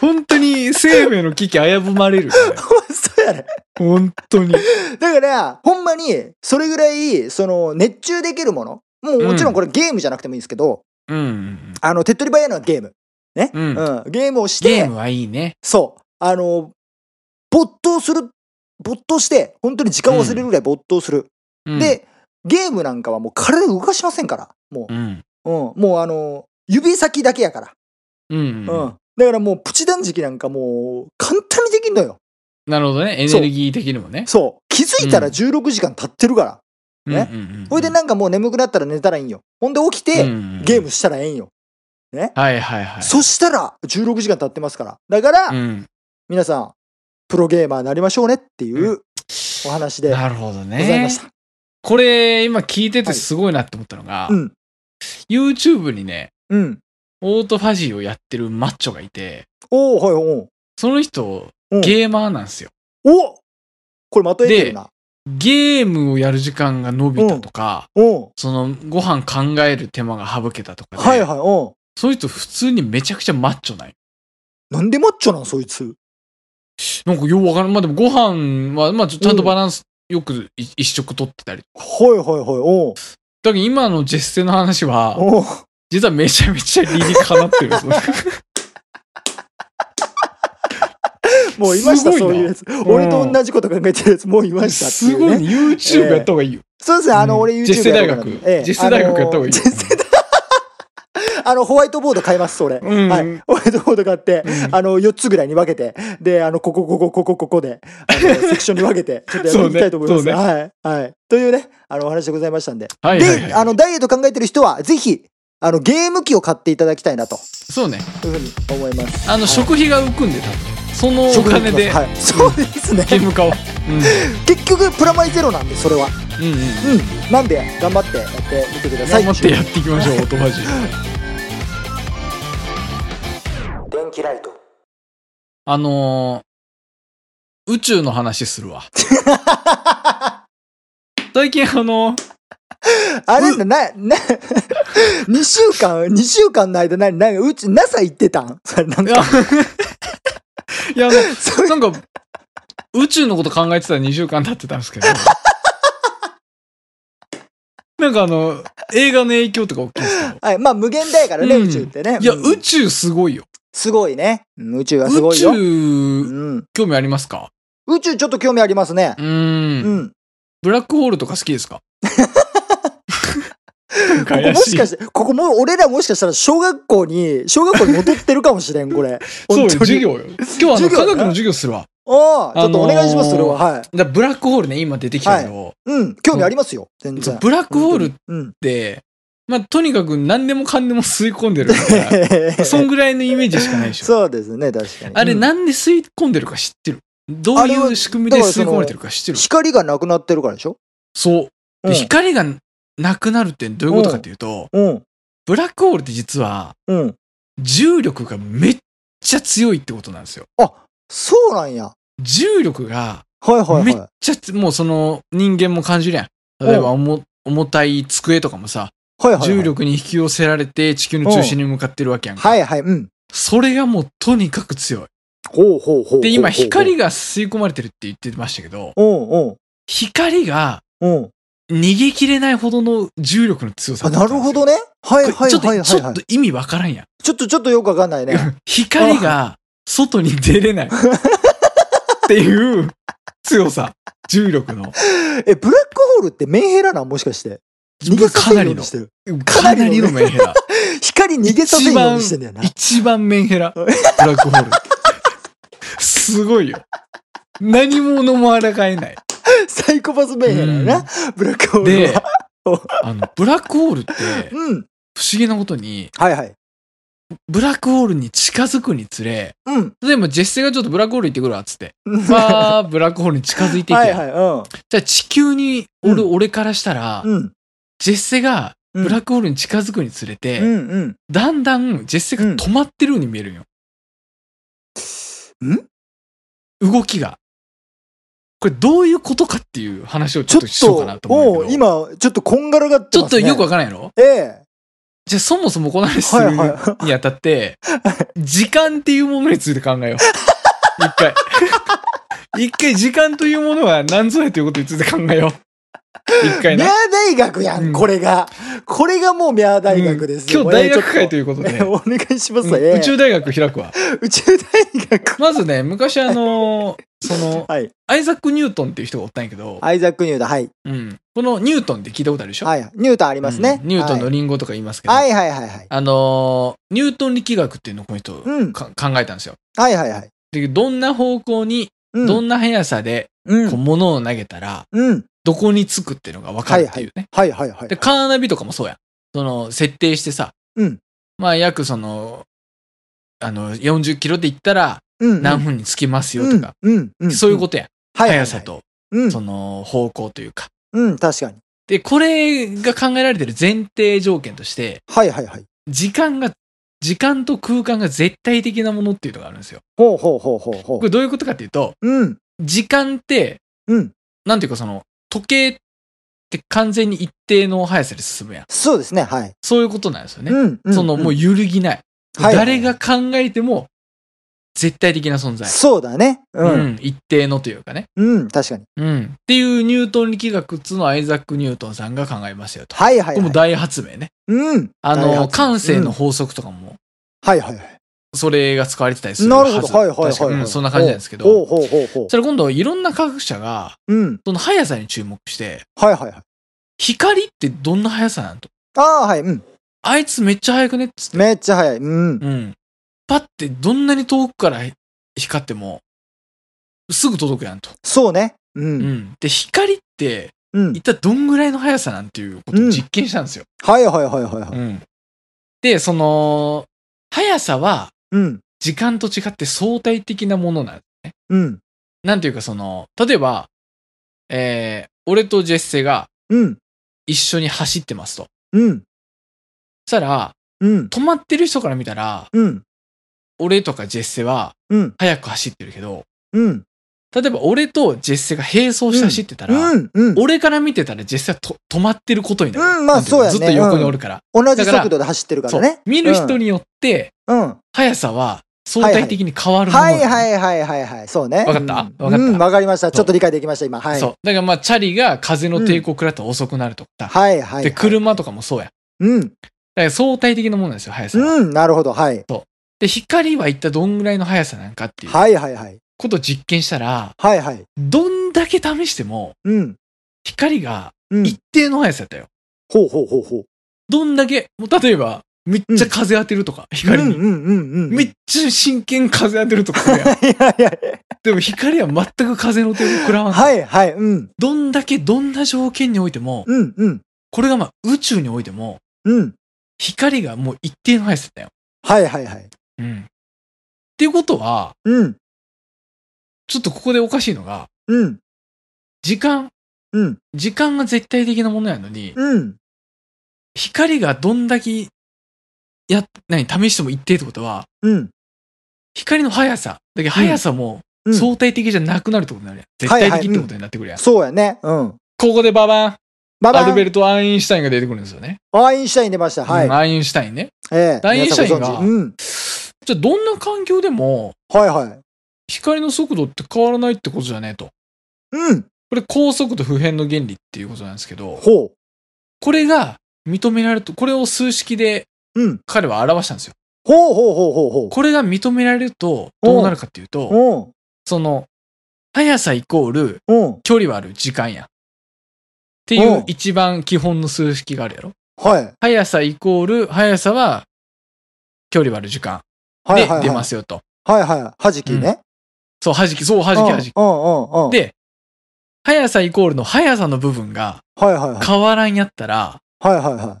Speaker 1: 本当に生命の危機危ぶまれるよね。
Speaker 2: そうやね。
Speaker 1: 本当に。
Speaker 2: だから、ほんまに、それぐらい、その、熱中できるもの。もう、
Speaker 1: うん
Speaker 2: もちろんこれゲームじゃなくてもいいんですけど、
Speaker 1: うん。
Speaker 2: あの、手っ取り早いのはゲーム。ね。
Speaker 1: うん
Speaker 2: うん。ゲームをして、
Speaker 1: ゲームはいいね。
Speaker 2: そう。あの、没頭する。没頭して、本当に時間を忘れるぐらい没頭する。
Speaker 1: うん、
Speaker 2: で、ゲームなんかはもう体動かしませんから。も
Speaker 1: うん。
Speaker 2: う、うん。もうあの、指先だけやから。
Speaker 1: うん。
Speaker 2: うん。だからもう、プチ断食なんかもう、簡単にできんのよ。
Speaker 1: なるほどね。エネルギー的にもね。
Speaker 2: そう。気づいたら16時間経ってるから。
Speaker 1: うん
Speaker 2: ね
Speaker 1: うんうん
Speaker 2: ほいでなんかもう眠くなったら寝たらいいんよ。ほんで起きて、ゲー。
Speaker 1: うん
Speaker 2: ムしたらええんよ。
Speaker 1: はいはいはい。
Speaker 2: そしたら16時間経ってますから。だから、
Speaker 1: うん。
Speaker 2: 皆さん、プロゲーマーになりましょうねっていうお話でご
Speaker 1: なるほどね。
Speaker 2: ざいました。
Speaker 1: これ、今聞いてて
Speaker 2: はい
Speaker 1: すごいなって思ったのが、
Speaker 2: うん。
Speaker 1: YouTube にね、
Speaker 2: うん。
Speaker 1: オートファジーをやってるマッチョがいて、
Speaker 2: おおはい、おう
Speaker 1: その人、
Speaker 2: うん
Speaker 1: ゲーマーなんですよ。
Speaker 2: おこれまとえてるな。
Speaker 1: ゲームをやる時間が伸びたとか、
Speaker 2: おう
Speaker 1: そのご飯考える手間が省けたとかで、
Speaker 2: はいはい、お
Speaker 1: そういう人普通にめちゃくちゃマッチョない。
Speaker 2: うなんでマッチョなん、そいつ。
Speaker 1: なんかようわからん。まあでもご飯は、まあちょちゃんとバランスよくい一食取ってたり。
Speaker 2: はいはいはい、おう
Speaker 1: だけど今のジェステの話は、
Speaker 2: おう
Speaker 1: 実はめちゃめちゃ理にかなってるんですよ
Speaker 2: もういました、
Speaker 1: す
Speaker 2: そ
Speaker 1: ご
Speaker 2: う
Speaker 1: いな
Speaker 2: いうやつ。
Speaker 1: ん
Speaker 2: 俺と同じこと考えてるやつ、もういましたって
Speaker 1: す
Speaker 2: いう、ね。
Speaker 1: ごいね。YouTube やった方がいいよ。
Speaker 2: そうですね、あの、
Speaker 1: うん
Speaker 2: 俺 YouTube
Speaker 1: ジェステ大
Speaker 2: や
Speaker 1: 学
Speaker 2: ろうかなええ。
Speaker 1: ジェステ大学やった方がいいよ
Speaker 2: あのジェステ あの、ホワイトボード買います、それ。
Speaker 1: うん
Speaker 2: はい。ホワイトボード買って、
Speaker 1: うん
Speaker 2: あの、4つぐらいに分けて、で、あの、ここ、ここ、ここ、ここで、あ の、セクションに分けて、ちょっとやっていきたいと思います。
Speaker 1: そうね
Speaker 2: はい。はい。というね、あの、お話でございましたんで。
Speaker 1: はいはい
Speaker 2: で、
Speaker 1: は
Speaker 2: あ
Speaker 1: い。
Speaker 2: の、ダイエット考えてる人は、ぜひ、あの、ゲーム機を買っていただきたいな、と
Speaker 1: そうね。
Speaker 2: いうふうに思います。
Speaker 1: あの、食費が浮くんで、多分そのお金で
Speaker 2: はい。そうですね。
Speaker 1: ゲーム化を。うん
Speaker 2: 結局、プラマイゼロなんで、それは。
Speaker 1: うんうん。
Speaker 2: うん。なんで、頑張ってやってみてください。
Speaker 1: 頑張ってやっていきまし ょう、オートファジー。
Speaker 2: 電気ライト。
Speaker 1: あのー宇宙の話する わ。最近あのー
Speaker 2: あれな、な、な、2週間、2週間の間、な、な、うち、NASA 行ってたんそれなん
Speaker 1: いや
Speaker 2: か、、
Speaker 1: いや、あの
Speaker 2: そういう、
Speaker 1: なんか、宇宙のこと考えてたら2週間経ってたん ですけど。なんかあの、映画の影響とか大きいんですけ
Speaker 2: はい、まあ、無限大やからね、
Speaker 1: うん
Speaker 2: 宇宙って
Speaker 1: ど。
Speaker 2: ね。
Speaker 1: いや、
Speaker 2: うん
Speaker 1: 宇宙すごいよ。
Speaker 2: すごいね。うん宇宙はすご
Speaker 1: 宇
Speaker 2: いよ。う
Speaker 1: 宙、
Speaker 2: ん。
Speaker 1: 興味ありますか
Speaker 2: 宇宙ちょっと興味ありますね
Speaker 1: う。ー。
Speaker 2: うんん。
Speaker 1: ブラックホールとか好きですかなん
Speaker 2: こ
Speaker 1: か
Speaker 2: こ
Speaker 1: 怪
Speaker 2: もし
Speaker 1: しい
Speaker 2: かして、ここも、俺らもしかしたら小学校に、小学校に戻ってるかもしれん、これ。
Speaker 1: そうよ、
Speaker 2: 本当に
Speaker 1: 授。業よ。今日あの、
Speaker 2: 授業
Speaker 1: 科学の授業するわ。
Speaker 2: ああ、ちょっとお願いします、
Speaker 1: あ
Speaker 2: そ
Speaker 1: の
Speaker 2: れ
Speaker 1: ー
Speaker 2: は。は
Speaker 1: だ
Speaker 2: い。
Speaker 1: からブラックホールね、今出てきたけど、
Speaker 2: うん、興味ありますよ、全
Speaker 1: そう
Speaker 2: 然。
Speaker 1: ブラックホールっ
Speaker 2: うん。
Speaker 1: て、まあ、とにかく何でもかんでも吸い込んでるから、 そんぐらいのイメージしかないでしょ。
Speaker 2: そうですね、確かに。
Speaker 1: あれ、
Speaker 2: うん
Speaker 1: なんで吸い込んでるか知ってるどう
Speaker 2: あれ
Speaker 1: い
Speaker 2: は
Speaker 1: う仕組みで吸い込まれてるか知ってる
Speaker 2: 光がなくなってるからでしょ
Speaker 1: そう。
Speaker 2: う
Speaker 1: で
Speaker 2: ん
Speaker 1: 光がなくなるってどういうことかっていうと、
Speaker 2: うん。
Speaker 1: ブラックホールって実は
Speaker 2: うん。
Speaker 1: 重力がめっちゃ強いってことなんですよ。
Speaker 2: そうなんや。
Speaker 1: 重力が
Speaker 2: はいはい
Speaker 1: めっ
Speaker 2: は
Speaker 1: ちゃつ、もうその人間も感じるやん。例えば重重たい机とかもさ、
Speaker 2: い。はいはいはい。
Speaker 1: 重。力に引き寄せられて地球の中心に向かってるわけやんか。
Speaker 2: はいはい。うん。
Speaker 1: それがもうとにかく強い。
Speaker 2: ほうほうほう。
Speaker 1: で、今光。が吸い込まれてるって言ってましたけど、
Speaker 2: うんうん。
Speaker 1: 光が
Speaker 2: うん。
Speaker 1: 逃げ切れないほどの重力の強さ
Speaker 2: あ、
Speaker 1: だった
Speaker 2: なん
Speaker 1: です
Speaker 2: る
Speaker 1: よ
Speaker 2: ほどね。はいはいはい
Speaker 1: ちょっと、
Speaker 2: はい。
Speaker 1: ちょっ
Speaker 2: は
Speaker 1: と
Speaker 2: い
Speaker 1: 意味わからんやん。
Speaker 2: ちょっと、ちょっとよくわか んないね。
Speaker 1: 光が外に出れない。っていう強さ。重力の。
Speaker 2: え、ブラックホールってメンヘラなんもしかして。逃げさ
Speaker 1: か
Speaker 2: せ
Speaker 1: なり
Speaker 2: るように
Speaker 1: の
Speaker 2: し。てる。
Speaker 1: かなりのメンヘラ。
Speaker 2: 光逃げさせるようにしてんだよな。
Speaker 1: 一番メンヘラ。ブラックホール。すごいよ。何者も抗えない。
Speaker 2: サイコパスメンヘラや
Speaker 1: うん
Speaker 2: な。ブラックホール
Speaker 1: で
Speaker 2: は。、
Speaker 1: あの、ブラックホールって、
Speaker 2: うん。
Speaker 1: 不思議なことに、
Speaker 2: はいはい。
Speaker 1: ブラックホールに近づくにつれ、
Speaker 2: うん。
Speaker 1: 例えばジェステがちょっとブラックホール行ってくるわ、つ って。まあ、ブラックホールに近づいてい
Speaker 2: は
Speaker 1: け
Speaker 2: い
Speaker 1: よ。
Speaker 2: は
Speaker 1: じゃあ地球におる
Speaker 2: う
Speaker 1: 俺からしたら
Speaker 2: い。、うん。うん。
Speaker 1: ジェスセが
Speaker 2: うん
Speaker 1: ブラックホールに近づくにつれて、
Speaker 2: うんうん。
Speaker 1: だんだんジェスセが止まってるように見えるんよ。
Speaker 2: うん
Speaker 1: 動きが。これどういうことかっていう話をち
Speaker 2: ち
Speaker 1: ょ
Speaker 2: ょ
Speaker 1: っとしようか
Speaker 2: っ
Speaker 1: な
Speaker 2: と、
Speaker 1: と思う
Speaker 2: もうん
Speaker 1: だけど。
Speaker 2: 今、ちょっとこんがらがって
Speaker 1: ちょ
Speaker 2: ま
Speaker 1: っと
Speaker 2: す、ね。
Speaker 1: よくわ
Speaker 2: く
Speaker 1: からんやろ
Speaker 2: ええ
Speaker 1: じゃあそもそもこの話す
Speaker 2: は
Speaker 1: る
Speaker 2: いは
Speaker 1: にあたって、時間っていうものについて考えよ う。一回。一回時間というものは何ぞやということについて考えよう。一
Speaker 2: い。
Speaker 1: 回
Speaker 2: 宮
Speaker 1: な。
Speaker 2: 大学やん、
Speaker 1: うん
Speaker 2: これが。これがもう宮大学ですよ。
Speaker 1: 今日大学会と
Speaker 2: いう
Speaker 1: いう ことで、
Speaker 2: お願いします、
Speaker 1: うん
Speaker 2: ええ
Speaker 1: 宇宙大学開くわ。
Speaker 2: 宇宙大学。
Speaker 1: まずね、昔あ のーその、
Speaker 2: はい。
Speaker 1: アイザック・ニュートンっていう人がおったんやけど、
Speaker 2: アイザック・ニュートン、はい。
Speaker 1: うん、このニュートンって聞いたことあるでしょい。
Speaker 2: はい。ニュートンありますね。
Speaker 1: うんニュートンの
Speaker 2: はい
Speaker 1: リンゴとか言いますけど、
Speaker 2: はいはいはいはい。
Speaker 1: あのーニュートン力学っていうのをこの人、
Speaker 2: うん。
Speaker 1: か考えたんですよ。
Speaker 2: はいはいはい。
Speaker 1: でどんな方向に、
Speaker 2: うん。
Speaker 1: どんな速さで
Speaker 2: う。
Speaker 1: こうん物を投げたら、
Speaker 2: うん。
Speaker 1: どこにつくっていうのが分かるっていうね。
Speaker 2: はいはいはい
Speaker 1: で、。カーナビとかもそうやん。その、設定してさ、
Speaker 2: うん
Speaker 1: まあ、約その、あの、40キロで行ったら
Speaker 2: うん。
Speaker 1: 何分に着きますよとか、
Speaker 2: うん。うん。。
Speaker 1: そういうこととやん。
Speaker 2: はいはいはい
Speaker 1: 速さ。と、
Speaker 2: うん
Speaker 1: そ。の、方向というか。
Speaker 2: うん、確かに。
Speaker 1: で、これが考えられてる前提条件として、
Speaker 2: はいはいはい。
Speaker 1: 時間が、時間と空間が絶対的なものっていうのがあるんですよ。
Speaker 2: ほうほうほうほうほ
Speaker 1: これどういうことかっていうと、
Speaker 2: う。うん。
Speaker 1: 時間って、
Speaker 2: うん。
Speaker 1: なんていうかその、時計って完全に一定の速さで進むやん。
Speaker 2: そうですね。はい。
Speaker 1: そういうことなんですよね。
Speaker 2: うん。ん
Speaker 1: その、もう、揺るぎない。
Speaker 2: はい
Speaker 1: 誰が考えても、絶対的な存在。
Speaker 2: そうだね。う。
Speaker 1: うんん。一定のというかね。
Speaker 2: うん。確かに。
Speaker 1: うん。っていうニュートン力学っつうのをアイザック・ニュートンさんが考えましたよと。
Speaker 2: はいは
Speaker 1: こ
Speaker 2: い
Speaker 1: れ
Speaker 2: は
Speaker 1: も
Speaker 2: い。
Speaker 1: 大発明ね。
Speaker 2: うん。
Speaker 1: あ
Speaker 2: 大
Speaker 1: の、
Speaker 2: 発
Speaker 1: 感性
Speaker 2: う
Speaker 1: の
Speaker 2: ん
Speaker 1: 法則とかも、
Speaker 2: はいはいはい。
Speaker 1: それが使われてたりする
Speaker 2: な
Speaker 1: はず。
Speaker 2: るほど。はいはい
Speaker 1: 確
Speaker 2: は
Speaker 1: か
Speaker 2: い
Speaker 1: に
Speaker 2: は
Speaker 1: う
Speaker 2: い。
Speaker 1: んそんな感じなんですけ
Speaker 2: ほう
Speaker 1: ど、
Speaker 2: ほうほうほう。
Speaker 1: それ今度いろんな科学者が、
Speaker 2: うん。
Speaker 1: その速さに注目して、
Speaker 2: はいはいはい。
Speaker 1: 光ってどんな速さなんと。
Speaker 2: ああ、はい。うん。
Speaker 1: あいつめっちゃ速くねっつって。
Speaker 2: めっちゃ早い。うん。
Speaker 1: うん。パってどんなに遠くから光っても、すぐ届くやんと。
Speaker 2: そうね。う。
Speaker 1: うんん。で、光って
Speaker 2: うん。
Speaker 1: 一体どんぐらいの速さなんていうことを実験したんですよ。
Speaker 2: はいはいはいはいはい。
Speaker 1: うん。で、その、速さは
Speaker 2: うん。
Speaker 1: 時間と違って相対的なものなん
Speaker 2: うん。
Speaker 1: なんていうかその、例えば、えー俺とジェッセが
Speaker 2: うん。
Speaker 1: 一緒に走ってますと。
Speaker 2: うん。
Speaker 1: そしたら、
Speaker 2: うん。
Speaker 1: 止まってる人から見たら、
Speaker 2: うん。
Speaker 1: 俺とかジェッセは
Speaker 2: うん。
Speaker 1: 速く走ってるけど、
Speaker 2: うん。
Speaker 1: 例えば俺とジェッセが並走して走ってたら、
Speaker 2: うん。うん。
Speaker 1: 俺から見てたらジェッセはと止まってることになる。
Speaker 2: うんまあ
Speaker 1: なんていか
Speaker 2: そうやね
Speaker 1: ずっと横におるから。
Speaker 2: 同じ速度で走ってるか
Speaker 1: そ
Speaker 2: ら
Speaker 1: う
Speaker 2: ね。。
Speaker 1: 見る人によって、
Speaker 2: うん。うん。
Speaker 1: 速さは相対的に変わるもの
Speaker 2: はい
Speaker 1: い。
Speaker 2: はいはいはいはい。そうね。
Speaker 1: わかった
Speaker 2: うん
Speaker 1: わかった
Speaker 2: うん、わかりました。ちょっと理解できました、今。はい。
Speaker 1: そう。だからまあ、チャリが風の抵抗を食らったら遅くなるとかさ。
Speaker 2: はいはい。
Speaker 1: で、。車とかもそうや。
Speaker 2: うん。
Speaker 1: だから相対的なものなんですよ、速さは。
Speaker 2: うん。なるほど。はい。
Speaker 1: で、光は一体どんぐらいの速さなんかっていう
Speaker 2: はいはいはい。
Speaker 1: ことを実験したら、
Speaker 2: はいはい。
Speaker 1: どんだけ試しても、
Speaker 2: うん。
Speaker 1: 光が
Speaker 2: うん。
Speaker 1: 一定の速さだったよ。
Speaker 2: ほうほうほうほう。
Speaker 1: どんだけ、もう例えば、めっちゃ風当てるとか、光
Speaker 2: うん
Speaker 1: に。
Speaker 2: うんうんうん。
Speaker 1: めっちゃ真剣に風当てるとかあるや ん
Speaker 2: いやいやいや
Speaker 1: でも光は全く風の手を食らわない。
Speaker 2: はいはい。うん。
Speaker 1: どんだけどんな条件においても、
Speaker 2: うんうん。
Speaker 1: これがまあ宇宙においても、
Speaker 2: うん。
Speaker 1: 光がもう一定の速さだよ。
Speaker 2: はいはいはい。
Speaker 1: うん。っていうことは、
Speaker 2: うん。
Speaker 1: ちょっとここでおかしいのが、
Speaker 2: うん。
Speaker 1: 時間、
Speaker 2: うん。
Speaker 1: 時間が絶対的なものやのに、
Speaker 2: うん。
Speaker 1: 光がどんだけや何試しても一定ってことは
Speaker 2: うん。
Speaker 1: 光の速さだけど速さも
Speaker 2: うん
Speaker 1: 相対的じゃなくなるってことになるやん、
Speaker 2: はいはい
Speaker 1: 絶対的ってことになってくるやん、
Speaker 2: そうやね。うん。
Speaker 1: ここでババン
Speaker 2: ババ
Speaker 1: アルベ
Speaker 2: ン
Speaker 1: ルト・アインシュタインが出てくるんですよね、
Speaker 2: アインシュタイン出ました。はい
Speaker 1: うん。アインシュタインね
Speaker 2: ええ
Speaker 1: アインシュタインが
Speaker 2: 皆さんご存知うん。
Speaker 1: じゃあどんな環境でも
Speaker 2: はいはい。
Speaker 1: 光の速度って変わらないってことじゃねえと
Speaker 2: うん。
Speaker 1: これ高速度普遍の原理っていうことなんですけど
Speaker 2: ほ
Speaker 1: これが認められるとこれを数式で
Speaker 2: う。うん。
Speaker 1: 彼は表したんですよ
Speaker 2: ほうほうほうほうほう。
Speaker 1: これが認められるとどうなるかっていうと
Speaker 2: うん。
Speaker 1: その速さイコール
Speaker 2: うん。
Speaker 1: 距離はある時間や。っていう
Speaker 2: おう
Speaker 1: 一番基本の数式があるやろ。
Speaker 2: はい。
Speaker 1: 速さイコール、速さは距離はある時間
Speaker 2: はい
Speaker 1: で
Speaker 2: はい。。
Speaker 1: 出ますすよと。
Speaker 2: はいはい。はじきね。
Speaker 1: そう、はじき、そう、はじき、はじき。
Speaker 2: うんうんうん。
Speaker 1: で速さイコールの速さの部分が
Speaker 2: はいはいはい。
Speaker 1: 変わらんやったら、
Speaker 2: はいはいはい。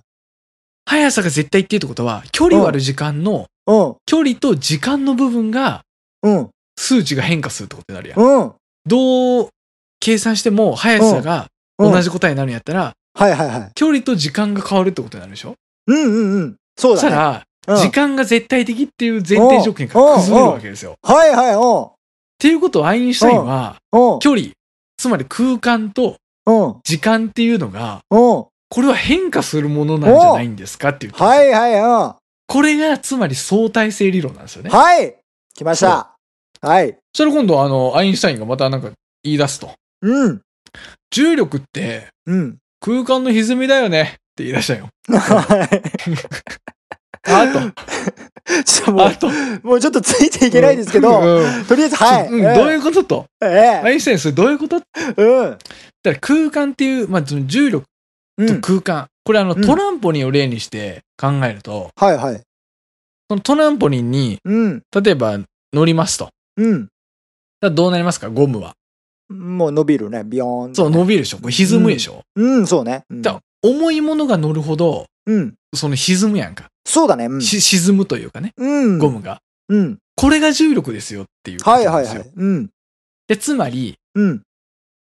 Speaker 1: 速さが絶対っていうってことは、距離はある時間の、
Speaker 2: うん。
Speaker 1: 距離と時間の部分が
Speaker 2: うん。
Speaker 1: 数値が変化するってことになるやん。
Speaker 2: うん。
Speaker 1: どう計算しても速さが
Speaker 2: うん
Speaker 1: 同じ。答えになるんやったら、
Speaker 2: はいはいはい。
Speaker 1: 距離と時間が変わるってことになるでしょ
Speaker 2: うんうんうん。
Speaker 1: そ
Speaker 2: そ
Speaker 1: うした
Speaker 2: だね。
Speaker 1: ら、
Speaker 2: うん
Speaker 1: 時間が絶対的っていう前提条件が崩れるわけですよ。っ
Speaker 2: はいはい。う
Speaker 1: ていうことをアインシュタインは、
Speaker 2: ん。
Speaker 1: 距離、つまり空間と
Speaker 2: うん。うん。
Speaker 1: 時間っていうのが、
Speaker 2: うん。
Speaker 1: これは変化するものなんじゃないんですかっていう。
Speaker 2: はいはい。うん。
Speaker 1: これが、つまり相対性理論なんですよね。
Speaker 2: はい来ましたはい。
Speaker 1: それ今度、あの、アインシュタインがまたなんか言い出すと。
Speaker 2: うん。
Speaker 1: 重力って
Speaker 2: うん。
Speaker 1: 空間の歪みだよねって言い出したよ。
Speaker 2: はい
Speaker 1: あと、
Speaker 2: ちょっとも
Speaker 1: あ
Speaker 2: う、
Speaker 1: と。い
Speaker 2: もうちょっとつ いていけないですけど、
Speaker 1: うん
Speaker 2: とりあえず、はい。
Speaker 1: うんどういううことと。
Speaker 2: え
Speaker 1: アインシュタイン、それどういうことって
Speaker 2: えうん。
Speaker 1: 言ったら空間っていう、まあ、その重力
Speaker 2: う
Speaker 1: と
Speaker 2: ん。
Speaker 1: 空間、これあの
Speaker 2: うん
Speaker 1: トランポリンを例にして考えると、
Speaker 2: はいはい。
Speaker 1: そのトランポリンに
Speaker 2: うん。
Speaker 1: 例えば乗りますとだか
Speaker 2: うん。
Speaker 1: らどうなりますかゴムは
Speaker 2: もう伸びるね、ビヨーン。
Speaker 1: そう伸びるでしょこれ歪むでしょ、
Speaker 2: うん、そうね。うん
Speaker 1: だから重いものが乗るほど
Speaker 2: うん。
Speaker 1: その歪むやんか、
Speaker 2: そうだね。うん
Speaker 1: し沈むというかね
Speaker 2: うん。
Speaker 1: ゴムが、
Speaker 2: うん。
Speaker 1: これが重力ですよっていうこと
Speaker 2: はい
Speaker 1: なん
Speaker 2: はい
Speaker 1: ですよ、
Speaker 2: はい。うん。
Speaker 1: でつまり
Speaker 2: うん。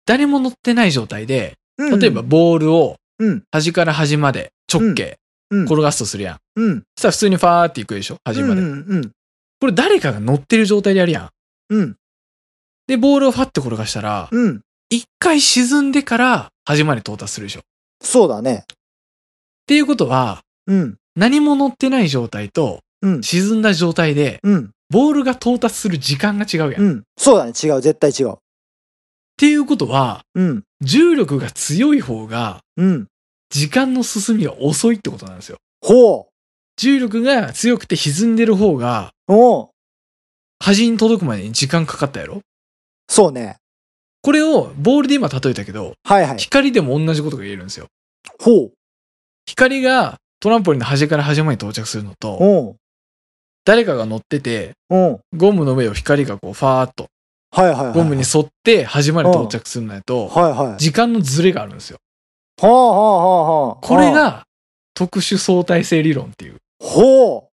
Speaker 1: 誰も乗ってない状態で
Speaker 2: うん
Speaker 1: 例えば、ボールを
Speaker 2: うん。
Speaker 1: 端から端まで直径、
Speaker 2: うん。
Speaker 1: 転がすとするやん。
Speaker 2: うん。
Speaker 1: そしたら普通にファーっていくでしょ端まで。
Speaker 2: うん。うん。
Speaker 1: これ誰かが乗ってる状態でやるやん。
Speaker 2: うん。
Speaker 1: で、ボールをファって転がしたら、
Speaker 2: うん。
Speaker 1: 一回沈んでから端まで到達するでしょ。っ
Speaker 2: そうだね。
Speaker 1: ていうことは、
Speaker 2: うん。
Speaker 1: 何も乗ってない状態と
Speaker 2: うん。
Speaker 1: 沈んだ状態で、
Speaker 2: うん。
Speaker 1: ボールが到達する時間が違うやん。っ
Speaker 2: うん。そうだね。違う。絶対違う。
Speaker 1: ていうことは、
Speaker 2: うん。
Speaker 1: 重力が強い方が、
Speaker 2: うん。
Speaker 1: 時間の進みが遅いってことなんですよ。
Speaker 2: ほ
Speaker 1: 重力が強くて歪んでる方が、
Speaker 2: う。おう。
Speaker 1: 端に届くまでに時間かかったやろ
Speaker 2: そうね。
Speaker 1: これをボールで今例えたけど、
Speaker 2: はいはい。
Speaker 1: 光でも同じことが言えるんですよ。
Speaker 2: ほう。
Speaker 1: 光がトランポリンの端から端まで到着するのと、
Speaker 2: おう。
Speaker 1: 誰かが乗ってて、
Speaker 2: おう。
Speaker 1: ゴムの上を光がこうファーっと、
Speaker 2: はいはいはい。
Speaker 1: ゴムに。沿って端まで到着するのやと、
Speaker 2: はいはい。
Speaker 1: 時間のズレがあるんですよ。
Speaker 2: はあはあはあはあ。
Speaker 1: これ。が特殊相対性理論っていう。
Speaker 2: ほう。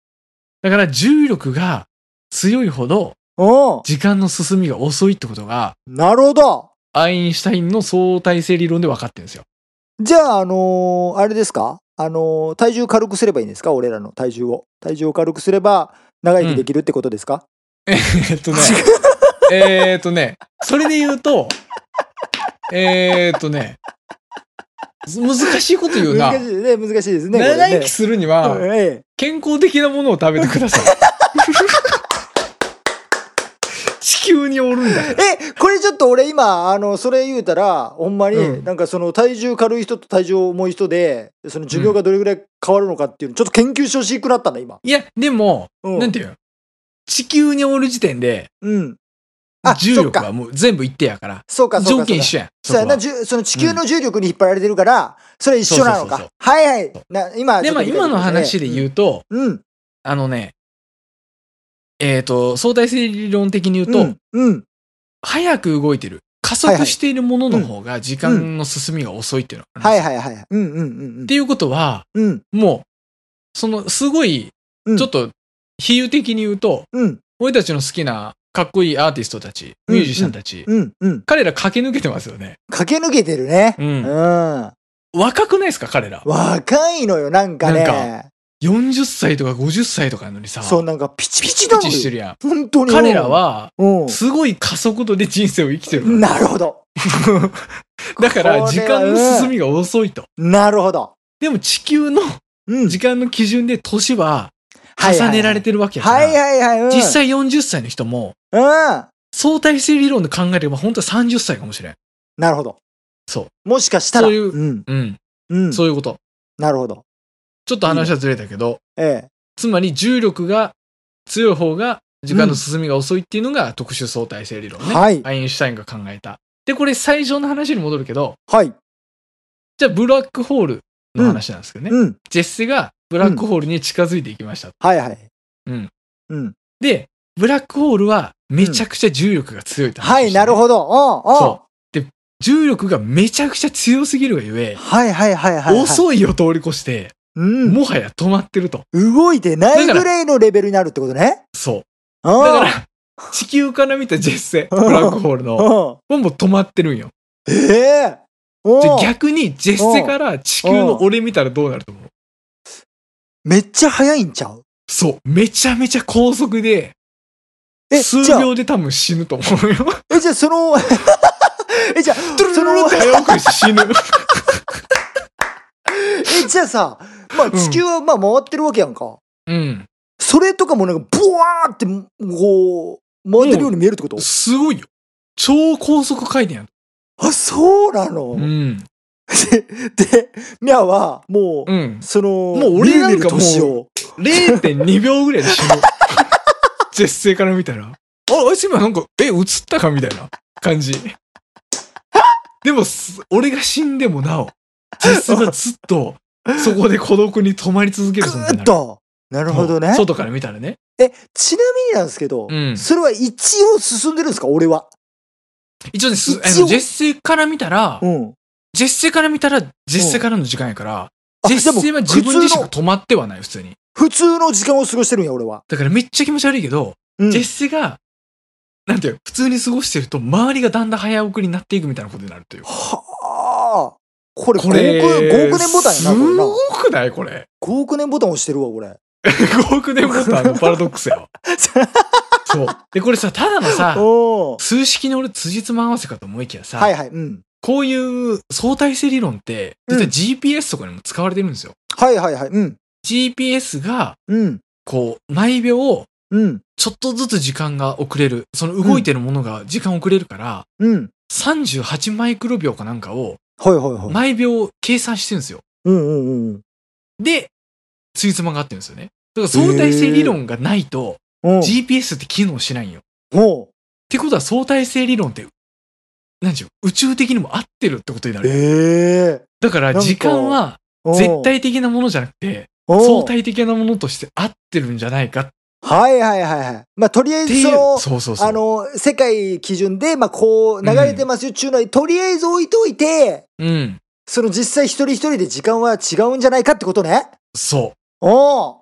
Speaker 1: だから重力が強いほど
Speaker 2: おう。
Speaker 1: 時間の進みが遅いってことが、
Speaker 2: なるほど。
Speaker 1: アインシュタインの相対性理論で分かってるん ですよ。
Speaker 2: じゃあ、あのーあれですかあのー体重軽くすればいいんですか俺らの体重を。体重を軽くすれば、長生きできるってことですか、
Speaker 1: えっとね、 えっとね、それで言うと、えっとね、難しいこと言うな。
Speaker 2: 難しいね、難しいですね。
Speaker 1: 長生き
Speaker 2: す
Speaker 1: するには、
Speaker 2: え
Speaker 1: 健康的なものを食べてください。 地球におるんだ
Speaker 2: え
Speaker 1: よ。
Speaker 2: え、これちょっと俺今、あの、それ言うたら、ほんまに、
Speaker 1: うん
Speaker 2: なんかその体重軽い人と体重重い人で、その寿命がどれぐらい変わるのかっていうの、ちょっと研究してほしくなったんだ、今。
Speaker 1: いや、でも、
Speaker 2: うん。
Speaker 1: なんていうの地球におる時点で、
Speaker 2: うん。あ、
Speaker 1: 重
Speaker 2: そっ
Speaker 1: 力は
Speaker 2: か。
Speaker 1: もう全部一定やから、
Speaker 2: そうか、そうか。そ
Speaker 1: 条
Speaker 2: うか
Speaker 1: 件一緒やん。そ
Speaker 2: そ
Speaker 1: こ
Speaker 2: うや
Speaker 1: は
Speaker 2: な、じゅその地球の重力に引っ張られてるから、それ一緒なの
Speaker 1: そうそうそうそ
Speaker 2: か
Speaker 1: う。
Speaker 2: はいはい。な今、
Speaker 1: で、
Speaker 2: ちょ
Speaker 1: ま
Speaker 2: っ
Speaker 1: あ
Speaker 2: と理解きましたね
Speaker 1: 今の話で言うと、
Speaker 2: うん。
Speaker 1: あのね、えっ、と、相対性理論的に言うと、
Speaker 2: うん。うん。
Speaker 1: 早く動いてる。加速しているものの方が時間の進みが遅いっていうのがあ
Speaker 2: は
Speaker 1: るんですよ
Speaker 2: いはいはいはい。うんうんうんうん
Speaker 1: って。いうことは、
Speaker 2: うん。
Speaker 1: もう、その、すごい、
Speaker 2: うん
Speaker 1: ちょっと、比喩的に言うと、
Speaker 2: うん。
Speaker 1: 俺たちの好きな、かっこいいアーティストたち、
Speaker 2: うん
Speaker 1: ミュージシャンたち、
Speaker 2: うん。うん。
Speaker 1: 彼ら駆け抜けてますよね。
Speaker 2: 駆け抜けてるね。
Speaker 1: う。
Speaker 2: うんん。
Speaker 1: 若くないですか、彼ら。
Speaker 2: 若いのよ、なんか
Speaker 1: な
Speaker 2: ね。
Speaker 1: 40歳とか50歳とかなのにさ、
Speaker 2: そう、なんかピチピチな
Speaker 1: ピ
Speaker 2: の
Speaker 1: チしてる
Speaker 2: よ。
Speaker 1: やん。
Speaker 2: 本当に。
Speaker 1: 彼らは、
Speaker 2: うん、う
Speaker 1: すごい加速度で人生を生きてる
Speaker 2: ん。なるほど。
Speaker 1: から。だから、時間の進みが遅いと。
Speaker 2: なるほど。
Speaker 1: でも、地球の
Speaker 2: うん。
Speaker 1: 時間の基準で年は
Speaker 2: はいはい
Speaker 1: 重ねられてるわけやから、
Speaker 2: はいはいはい。うん
Speaker 1: 実。際40歳の人も
Speaker 2: うん。
Speaker 1: 相対性理論で考えれば本当は30歳かもしれん。
Speaker 2: なるほど。
Speaker 1: そう。
Speaker 2: もしかしたら。。
Speaker 1: そういうんうん。
Speaker 2: うん。
Speaker 1: そういうこと。
Speaker 2: なるほど。
Speaker 1: ちょっと話はずれたけど、
Speaker 2: ええ。
Speaker 1: つまり重力が強い方が時間の進みが遅いっていうのが特殊相対性理論ね。
Speaker 2: はい
Speaker 1: アインシュタインが考えた。で、これ最初の話に戻るけど、
Speaker 2: はい。
Speaker 1: じゃあブラックホールの話なんですけどね。
Speaker 2: うん。
Speaker 1: ジェッセがブラックホールに近づいていきました。
Speaker 2: はいはい。
Speaker 1: うん。
Speaker 2: うん。
Speaker 1: で、ブラックホールはめちゃくちゃ重力が強いって話
Speaker 2: はい、なる
Speaker 1: ど。
Speaker 2: ほど。うん。うん。
Speaker 1: そう重力がめちゃくちゃ強すぎるがゆえ、
Speaker 2: はいはいはいはいはい。
Speaker 1: 遅いを通り越して、
Speaker 2: うん。
Speaker 1: もはや止まってると。
Speaker 2: 動いてないぐらいのレベルになるってことね。
Speaker 1: そう。
Speaker 2: だ
Speaker 1: だから、地球から見たジェッセ、ブラックホールの、も
Speaker 2: うん。
Speaker 1: うもう止まってるんよ。
Speaker 2: ええうん
Speaker 1: で、逆にジェッセから地球の俺見たらどうなると思う
Speaker 2: めっちゃ早いんちゃう
Speaker 1: そう。めちゃめちゃ高速で、
Speaker 2: え、
Speaker 1: 数
Speaker 2: じゃあ、
Speaker 1: 秒で多分死ぬと思うよ。
Speaker 2: え、じゃあその、 え、じゃあ、
Speaker 1: ド ゥル
Speaker 2: そ
Speaker 1: ルルル
Speaker 2: の
Speaker 1: っ、て早送りして 死ぬ。
Speaker 2: え、じゃあさ、まあ
Speaker 1: ん
Speaker 2: 地球はまあ回ってるわけやんか。
Speaker 1: うん。
Speaker 2: それとかもなんか、ブワーって、こう、回ってるように見えるってこと
Speaker 1: すごいよ。超高速回転やん。
Speaker 2: あ、そうなの
Speaker 1: うん。
Speaker 2: で、ミャは、もう
Speaker 1: う、ん。
Speaker 2: その、も
Speaker 1: う俺なんかもう
Speaker 2: う、
Speaker 1: 0.2秒ぐらいで死 ぬ。ジェッセから見たら。あ、あいつ今なんか、え、映ったかみたいな感じ。でもす、俺が死んでもなお、ジェッセがずっと、そこで孤独に止まり続け
Speaker 2: ぐ
Speaker 1: る存在にな
Speaker 2: ーっ
Speaker 1: る。
Speaker 2: と。なるほどね。
Speaker 1: 外から見たらね。
Speaker 2: え、ちなみになんですけど、
Speaker 1: うん
Speaker 2: それは一応進んでるんですか俺は。
Speaker 1: 一応ね、すあ
Speaker 2: 一
Speaker 1: の
Speaker 2: 応
Speaker 1: ジェッセから見たら、
Speaker 2: うん。
Speaker 1: ジェッセから見たら、ジェッセからの時間やから、
Speaker 2: あ
Speaker 1: ジェッセは自分自身が
Speaker 2: で
Speaker 1: 止
Speaker 2: も
Speaker 1: まってはない、普通に。
Speaker 2: 普通の、普通の時間を過ごしてるんや、俺は。
Speaker 1: だからめっちゃ気持ち悪いけど、
Speaker 2: うん
Speaker 1: ジェッセが、なんていうの普通に過ごしてると、周りがだんだん早送りになっていくみたいなことになるという。
Speaker 2: はあ。これ5
Speaker 1: こ
Speaker 2: 億
Speaker 1: れ
Speaker 2: 5億年ボタンやなこれ
Speaker 1: す
Speaker 2: な
Speaker 1: ごくないこれ
Speaker 2: 5億年ボタン押してるわこれ
Speaker 1: 5億年ボタンのパラドックスや わそうでこれさただのさ
Speaker 2: おお
Speaker 1: 数式の俺辻褄合わせかと思いきやさ、
Speaker 2: はいはいうん
Speaker 1: こういう相対性理論って実は GPS とかにも使われてるんですよ、
Speaker 2: はいはいはいうん
Speaker 1: GPS が
Speaker 2: うん
Speaker 1: こう毎秒
Speaker 2: うん
Speaker 1: ちょっとずつ時間が遅れるその動いてるものが時間遅れるから、
Speaker 2: うん
Speaker 1: 38マイクロ秒かなんかを
Speaker 2: はいはいはい、
Speaker 1: 毎秒計算してるんですよ
Speaker 2: うんうんうん
Speaker 1: でついつまが合ってるんですよねだから相対性理論がないと
Speaker 2: うん
Speaker 1: GPS って機能しないんよっ
Speaker 2: おう
Speaker 1: てことは相対性理論って何でしょう宇宙的にも合ってるってことになる
Speaker 2: ええ
Speaker 1: だから
Speaker 2: なんか
Speaker 1: 時間は絶対的なものじゃなくて相対的なものとして合ってるんじゃないかっ
Speaker 2: はいはいはいはいまあとりあえ
Speaker 1: て
Speaker 2: ず
Speaker 1: いう
Speaker 2: その
Speaker 1: そうそうそう
Speaker 2: あの世界基準で、まあ、こう流れてますよっちゅうのにとりあえず置いといて
Speaker 1: うん
Speaker 2: その実際一人一人で時間は違うんじゃないかってことね
Speaker 1: そ
Speaker 2: おう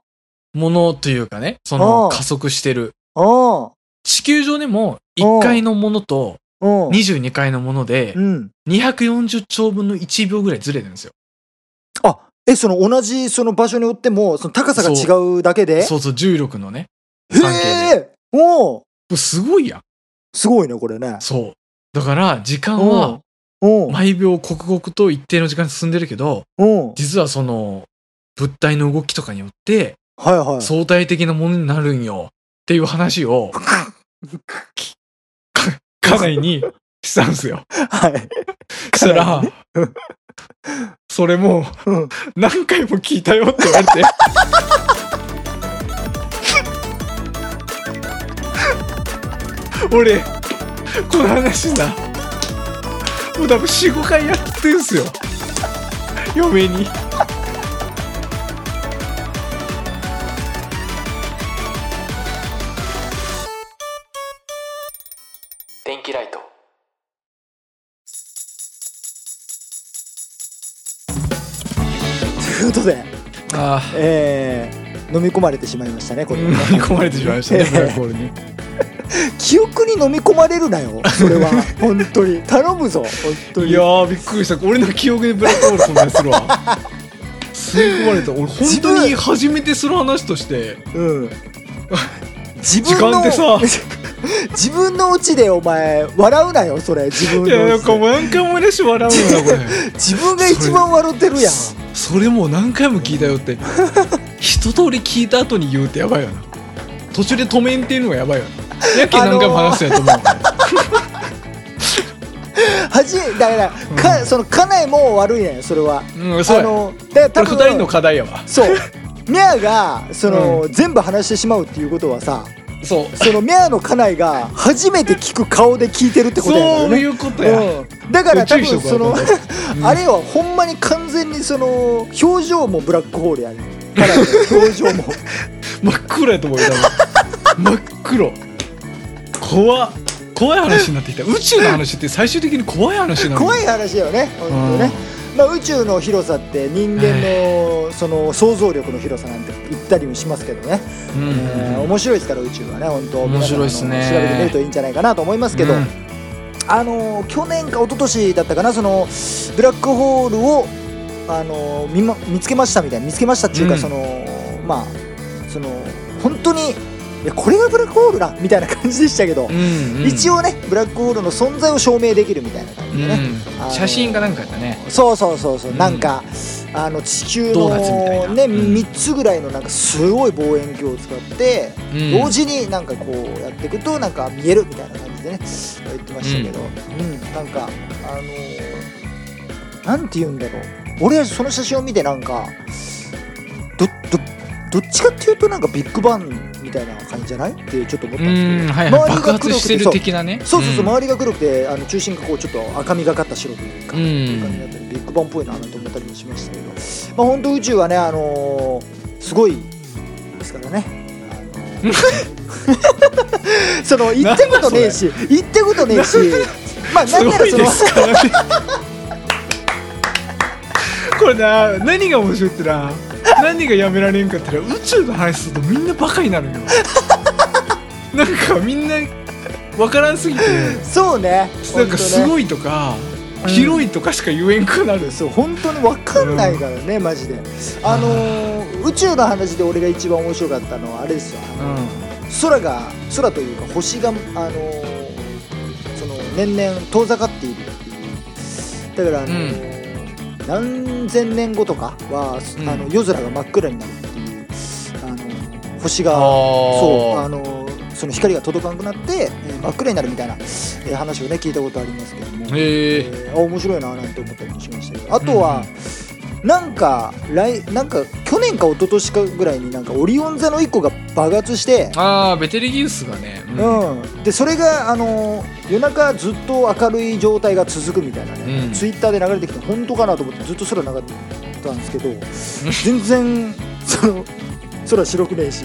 Speaker 1: うものというかねその
Speaker 2: うん
Speaker 1: 加速してる
Speaker 2: おう
Speaker 1: 地球上でも
Speaker 2: うん
Speaker 1: 1階のものと
Speaker 2: おう
Speaker 1: 22階のもので
Speaker 2: うん
Speaker 1: 240兆分の1秒ぐらいずれてるんですよ
Speaker 2: あえその同じその場所によってもその高さが違うだけで
Speaker 1: そうそう重力のね
Speaker 2: へ
Speaker 1: 関係
Speaker 2: えおう
Speaker 1: すごいやん
Speaker 2: すごいねこれね
Speaker 1: そうだから時間
Speaker 2: お
Speaker 1: は
Speaker 2: うおう
Speaker 1: 毎秒刻々と一定の時間進んでるけど
Speaker 2: おう
Speaker 1: 実はその物体の動きとかによって
Speaker 2: はいはい
Speaker 1: 相対的なものになるんよっていう話 を家内にしたんですよ。
Speaker 2: はい
Speaker 1: そしたら
Speaker 2: うん、
Speaker 1: それも
Speaker 2: うん
Speaker 1: 何回も聞いたよって言われて。俺、この話な、もう多分4、5回やってんすよ。嫁に。
Speaker 3: 電気ライト
Speaker 2: ということで
Speaker 1: ああ。
Speaker 2: えー飲み込まれてしまいましたねこれは
Speaker 1: 飲
Speaker 2: ね
Speaker 1: み込まれてしまいましたね、ブラックホールに。
Speaker 2: 記憶に飲み込まれるなよ それは本当に頼むぞ本当に
Speaker 1: いやーびっくりした俺の記憶でブラックホール存在する わ吸い込まれた俺本当に初めてする話として
Speaker 2: うん、自
Speaker 1: 時
Speaker 2: 分
Speaker 1: 間
Speaker 2: の
Speaker 1: ってさ
Speaker 2: 自分のうちでお前笑うなよそれ自分
Speaker 1: いや
Speaker 2: の
Speaker 1: な
Speaker 2: うんち
Speaker 1: かもう何回も思い出して笑うなこ
Speaker 2: 自分が一番笑ってる
Speaker 1: れ
Speaker 2: やん
Speaker 1: そそれもう何回も聞いたよって 一通り聞いた後に言うってやばいよな途中で止めんっていうのがやばいよなやけ何回も話すんやと思う、
Speaker 2: はじだから、かその家内も悪いねんそれは
Speaker 1: うんそうやこ
Speaker 2: のだか
Speaker 1: れ
Speaker 2: ら多
Speaker 1: 二人の
Speaker 2: 分
Speaker 1: 課題やわ
Speaker 2: そうミャアがその、全部話してしまうっていうことはさ
Speaker 1: そう
Speaker 2: そのミャアの家内が初めて聞く顔で聞いてるってことやから
Speaker 1: そう
Speaker 2: ね
Speaker 1: いうことや、
Speaker 2: うんだから多
Speaker 1: 注意しと
Speaker 2: 分
Speaker 1: こう
Speaker 2: その
Speaker 1: 今度
Speaker 2: あれはほんまに完全にその表情もブラックホールやね からの表情も
Speaker 1: 真っ黒やと思うよ多分真っ黒怖っ怖い話になってきた宇宙の話って最終的に怖い話になる
Speaker 2: 怖
Speaker 1: い
Speaker 2: い話だよね本当ね、まあ、宇宙の広さって人間のその想像力の広さなんて言ったりもしますけどね、
Speaker 1: うんうん
Speaker 2: えー面白いですから宇宙はね本当
Speaker 1: 面白いっすね
Speaker 2: 皆さんあの調べてみるといいんじゃないかなと思いますけど、
Speaker 1: うん
Speaker 2: あのー去年か一昨年だったかなそのブラックホールをあのー見,、ま、見つけましたみたいな見つけましたっていうか、
Speaker 1: うん
Speaker 2: そのまあその本当にいやこれがブラックホールだみたいな感じでしたけど、
Speaker 1: うんうん
Speaker 2: 一応ねブラックホールの存在を証明できるみたいな感
Speaker 1: う
Speaker 2: じでね、
Speaker 1: ん
Speaker 2: あの
Speaker 1: 写真かなんかやったね
Speaker 2: そうそうそうそう、
Speaker 1: うん
Speaker 2: なんかあの地球
Speaker 1: ド
Speaker 2: の
Speaker 1: ーナツみたいな
Speaker 2: ね、
Speaker 1: うん
Speaker 2: 3つぐらいのなんかすごい望遠鏡を使って、
Speaker 1: うん
Speaker 2: 同時になんかこうやっていくとなんか見えるみたいな感じでね言ってましたけど、うんなんかあのー、なんて言うんだろう俺はその写真を見てなんかどどどっちかっていうとなんかビッグバンみたいな感じじゃないってちょっと思
Speaker 1: う
Speaker 2: ったんですけど。
Speaker 1: んはいはい
Speaker 2: 周りが
Speaker 1: 爆発してる的なね
Speaker 2: そうそうそう、
Speaker 1: ん
Speaker 2: 周りが黒くてあの中心がこうちょっと赤みがかった白というか、
Speaker 1: うん
Speaker 2: いう感じだったりビッグバンっぽいななんて思ったりもしましたけど、まあ本当宇宙はね、あのーすごいですからね。あの ーその行ったことねえし行ったことねえしまあな
Speaker 1: す
Speaker 2: んな
Speaker 1: ご
Speaker 2: ら
Speaker 1: い
Speaker 2: そ
Speaker 1: で
Speaker 2: の
Speaker 1: すからねこれな何が面白いってな何がやめられんかってな宇宙の話するとみんなバカになるよなんかみんな分からんすぎて
Speaker 2: そうね
Speaker 1: なんかす
Speaker 2: い
Speaker 1: ごいとか、広いとかしか言えんくなる。
Speaker 2: そう本当に分かんないからね、マジであのー宇宙の話で俺が一番面白かったのはあれですよあの空が空というか星があのーその年々遠ざかっているっていうだからあのー、何千年後とかは、
Speaker 1: うん
Speaker 2: あの夜空が真っ暗になるっていうあのー星が
Speaker 1: あー
Speaker 2: そうあのーその光が届かなくなって、えー真っ暗になるみたいな、えー話をね聞いたことありますけども。
Speaker 1: へえ。
Speaker 2: えーあ面白いななんて思ったりもしましたけどあとは、なんか来なんか去年か一昨年かぐらいになんかオリオン座の1個が爆発して、
Speaker 1: ああ、ベテルギウスがね。うん
Speaker 2: うん、でそれが、あのー夜中ずっと明るい状態が続くみたいなね、
Speaker 1: うん
Speaker 2: ツイッターで流れてきて本当かなと思ってずっと空流れてたんですけど全然その空白くねえし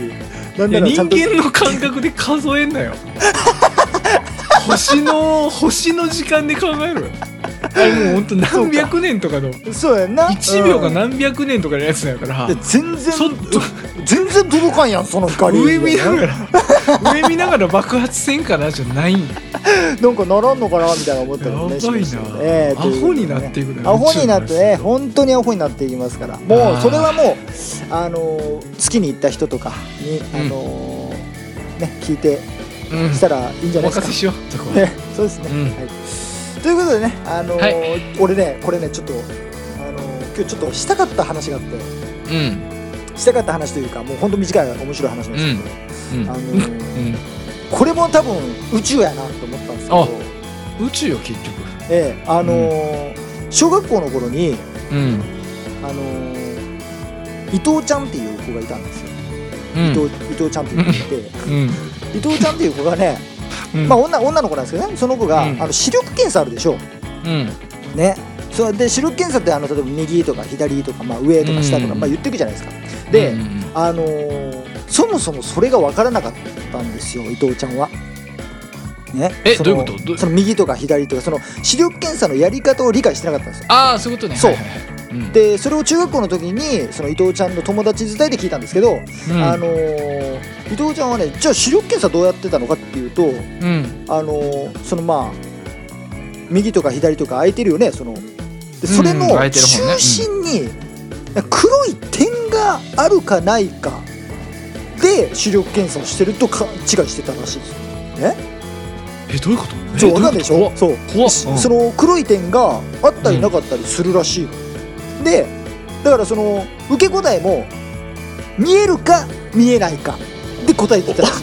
Speaker 2: なん
Speaker 1: い
Speaker 2: な
Speaker 1: や
Speaker 2: らち
Speaker 1: 人
Speaker 2: ゃんと
Speaker 1: 間の感覚で数えん なよ星の星の時間で考えるあれもうほんと何百年とかの
Speaker 2: そうやんな
Speaker 1: 1秒が
Speaker 2: うん
Speaker 1: 何百年とかのやつだから、
Speaker 2: で全然
Speaker 1: そ
Speaker 2: 全然届かんやんその光
Speaker 1: 上見ながら上見ながら爆発せんかなじゃないんや
Speaker 2: なんかならんのかなみたいな思った
Speaker 1: や
Speaker 2: り
Speaker 1: ば
Speaker 2: も
Speaker 1: いな
Speaker 2: ねしましたけど、ええ
Speaker 1: アホになっ
Speaker 2: と
Speaker 1: て
Speaker 2: いう
Speaker 1: いくね
Speaker 2: ことでねアホになってね
Speaker 1: ほ
Speaker 2: 本当にアホになっていきますからも
Speaker 1: あ
Speaker 2: う
Speaker 1: ー
Speaker 2: それはもうあのー月に行った人とかにあのーね聞いて
Speaker 1: うん
Speaker 2: したらいいんじ
Speaker 1: お
Speaker 2: ゃない
Speaker 1: 任
Speaker 2: ですか
Speaker 1: せしようそこは
Speaker 2: ね、 そうですね、
Speaker 1: うん
Speaker 2: はい、ということでね、あのー
Speaker 1: は
Speaker 2: 俺ねこれねちょっと、あのー今日ちょっとしたかった話があって
Speaker 1: うん
Speaker 2: したかった話というかもうほんと短い面白い話なんです
Speaker 1: うん
Speaker 2: けど、あのー
Speaker 1: うん
Speaker 2: これも多分宇宙やなと思ったんですけ
Speaker 1: あ
Speaker 2: ど
Speaker 1: 宇宙よ結局
Speaker 2: ええあのー小学校の頃に、
Speaker 1: うん
Speaker 2: あのー伊藤ちゃんっていう子がいたんですよ、
Speaker 1: う
Speaker 2: 伊
Speaker 1: ん
Speaker 2: 藤伊藤ちゃんっていう子がいて、
Speaker 1: うん
Speaker 2: 伊藤ちゃんっていう子がね、
Speaker 1: うん
Speaker 2: まあ、女女の子なんですけどねその子が、
Speaker 1: うん
Speaker 2: あの視力検査あるでしょ
Speaker 1: うん
Speaker 2: ねそれで視力検査ってあの例えば右とか左とか、まあ、上とか下とか、
Speaker 1: うん
Speaker 2: まあ、言ってくじゃないですかで、
Speaker 1: うん
Speaker 2: あのーそもそもそれが分からなかったんですよ伊藤ちゃんは。ね、
Speaker 1: え
Speaker 2: その
Speaker 1: どういうことど
Speaker 2: その右とか左とかその視力検査のやり方を理解してなかったんですよ
Speaker 1: ああそういうことね
Speaker 2: そう
Speaker 1: はいはいはいうん
Speaker 2: でそれを中学校の時にその伊藤ちゃんの友達伝いで聞いたんですけど、
Speaker 1: うん
Speaker 2: あのー伊藤ちゃんはねじゃあ視力検査どうやってたのかっていうと
Speaker 1: うん
Speaker 2: あのーそのまあ右とか左とか空いてるよねそのでそれの
Speaker 1: うん空いてる方ね
Speaker 2: 中心に黒い点があるかないかで視力検査をしてると勘違いしてたらしいですよ。
Speaker 1: えどういうことえ
Speaker 2: そう
Speaker 1: ど
Speaker 2: わ
Speaker 1: う
Speaker 2: かんないでし
Speaker 1: いう
Speaker 2: ょ
Speaker 1: こ
Speaker 2: そう
Speaker 1: と怖っ怖っ
Speaker 2: その黒い点があったりなかったりするらしいの、でだからその受け答えも見えるか見えないかで答えてた らしい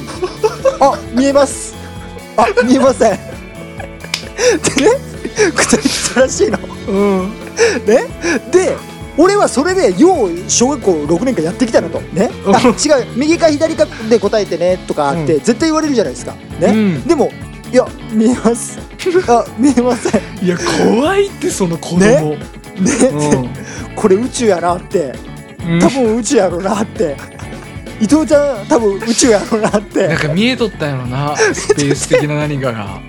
Speaker 2: あ見えますあ見えませんでね答えてたらしいの
Speaker 1: うん
Speaker 2: で俺はそれでよう小学校6年間やってきたなとねあ違う右か左かで答えてねとかっ
Speaker 1: う
Speaker 2: て絶対言われるじゃないですか
Speaker 1: う
Speaker 2: ね、
Speaker 1: ん
Speaker 2: でもいや見えますあ見えません
Speaker 1: いや怖いってその子供
Speaker 2: ね、
Speaker 1: うん
Speaker 2: これ宇宙やなって
Speaker 1: うん
Speaker 2: 多分宇宙やろなって伊藤ちゃん多分宇宙やろなっ
Speaker 1: な
Speaker 2: て
Speaker 1: んか見えとったんやろなスペース的な何かが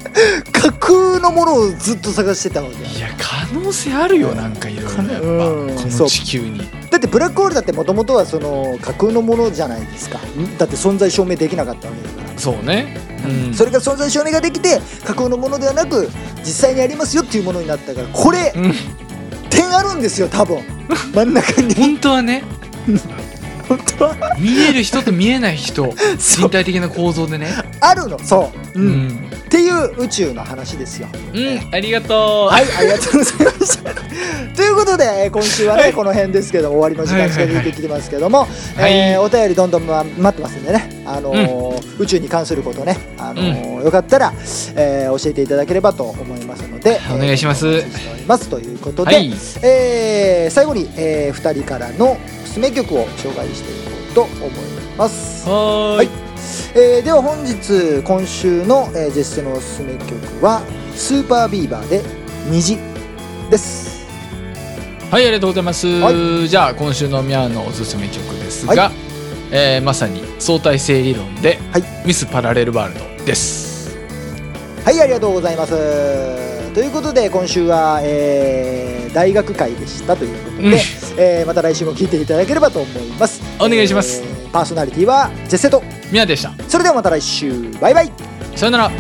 Speaker 2: 架空のものをずっと探してたわけ
Speaker 1: いや可能性あるよなんかいろいろやっぱ
Speaker 2: うん
Speaker 1: こ
Speaker 2: そう
Speaker 1: の地球に
Speaker 2: だってブラックホールだってもともとはその架空のものじゃないですかだって存在証明できなかったわけだから、
Speaker 1: そうねうん
Speaker 2: それが存在証明ができて架空のものではなく実際にありますよっていうものになったからこれ、
Speaker 1: うん
Speaker 2: 点あるんですよ 多分真ん中に
Speaker 1: 本当はね
Speaker 2: 本当は
Speaker 1: 見える人と見えない人
Speaker 2: そ
Speaker 1: 身
Speaker 2: う
Speaker 1: 体的な構造でね
Speaker 2: あるのそう、
Speaker 1: う
Speaker 2: うん、
Speaker 1: ん
Speaker 2: っていう宇宙の話ですよ
Speaker 1: うんありがと
Speaker 2: はい、ありがとうございました。 ということで、えー今週はね、この辺ですけども、終わりの時間近づいてきてますけども、
Speaker 1: はい
Speaker 2: えーお便りどんどん、ま、待ってますんでね、あのー宇宙に関することね、あのーよかったら、えー教えていただければと思いますので、
Speaker 1: お願いします
Speaker 2: えーお待ちしておりますということ
Speaker 1: う
Speaker 2: で、
Speaker 1: はい
Speaker 2: えー最後に、え2人からのおすすめ曲を紹介していこうと思います。
Speaker 1: はーい
Speaker 2: えーでは本日今週の、えー、ジェスチャーのおすすめ曲は「スーパービーバー」で「虹」です
Speaker 1: はい、ありがとうございます。
Speaker 2: は
Speaker 1: じゃあ、今週のミャーのおすすめ曲ですが、
Speaker 2: は
Speaker 1: えーまさに相対性理論で、
Speaker 2: はい
Speaker 1: ミス・パラレル・ワールドです。
Speaker 2: はいありがとうございますということで今週は、えー大学会でしたということで、
Speaker 1: うん
Speaker 2: えーまた来週も聴いていただければと思います
Speaker 1: お願いします
Speaker 2: えーパーソナリティはジェスセと
Speaker 1: ミャーでした。
Speaker 2: それではまた来週バイバイ
Speaker 1: さよなら。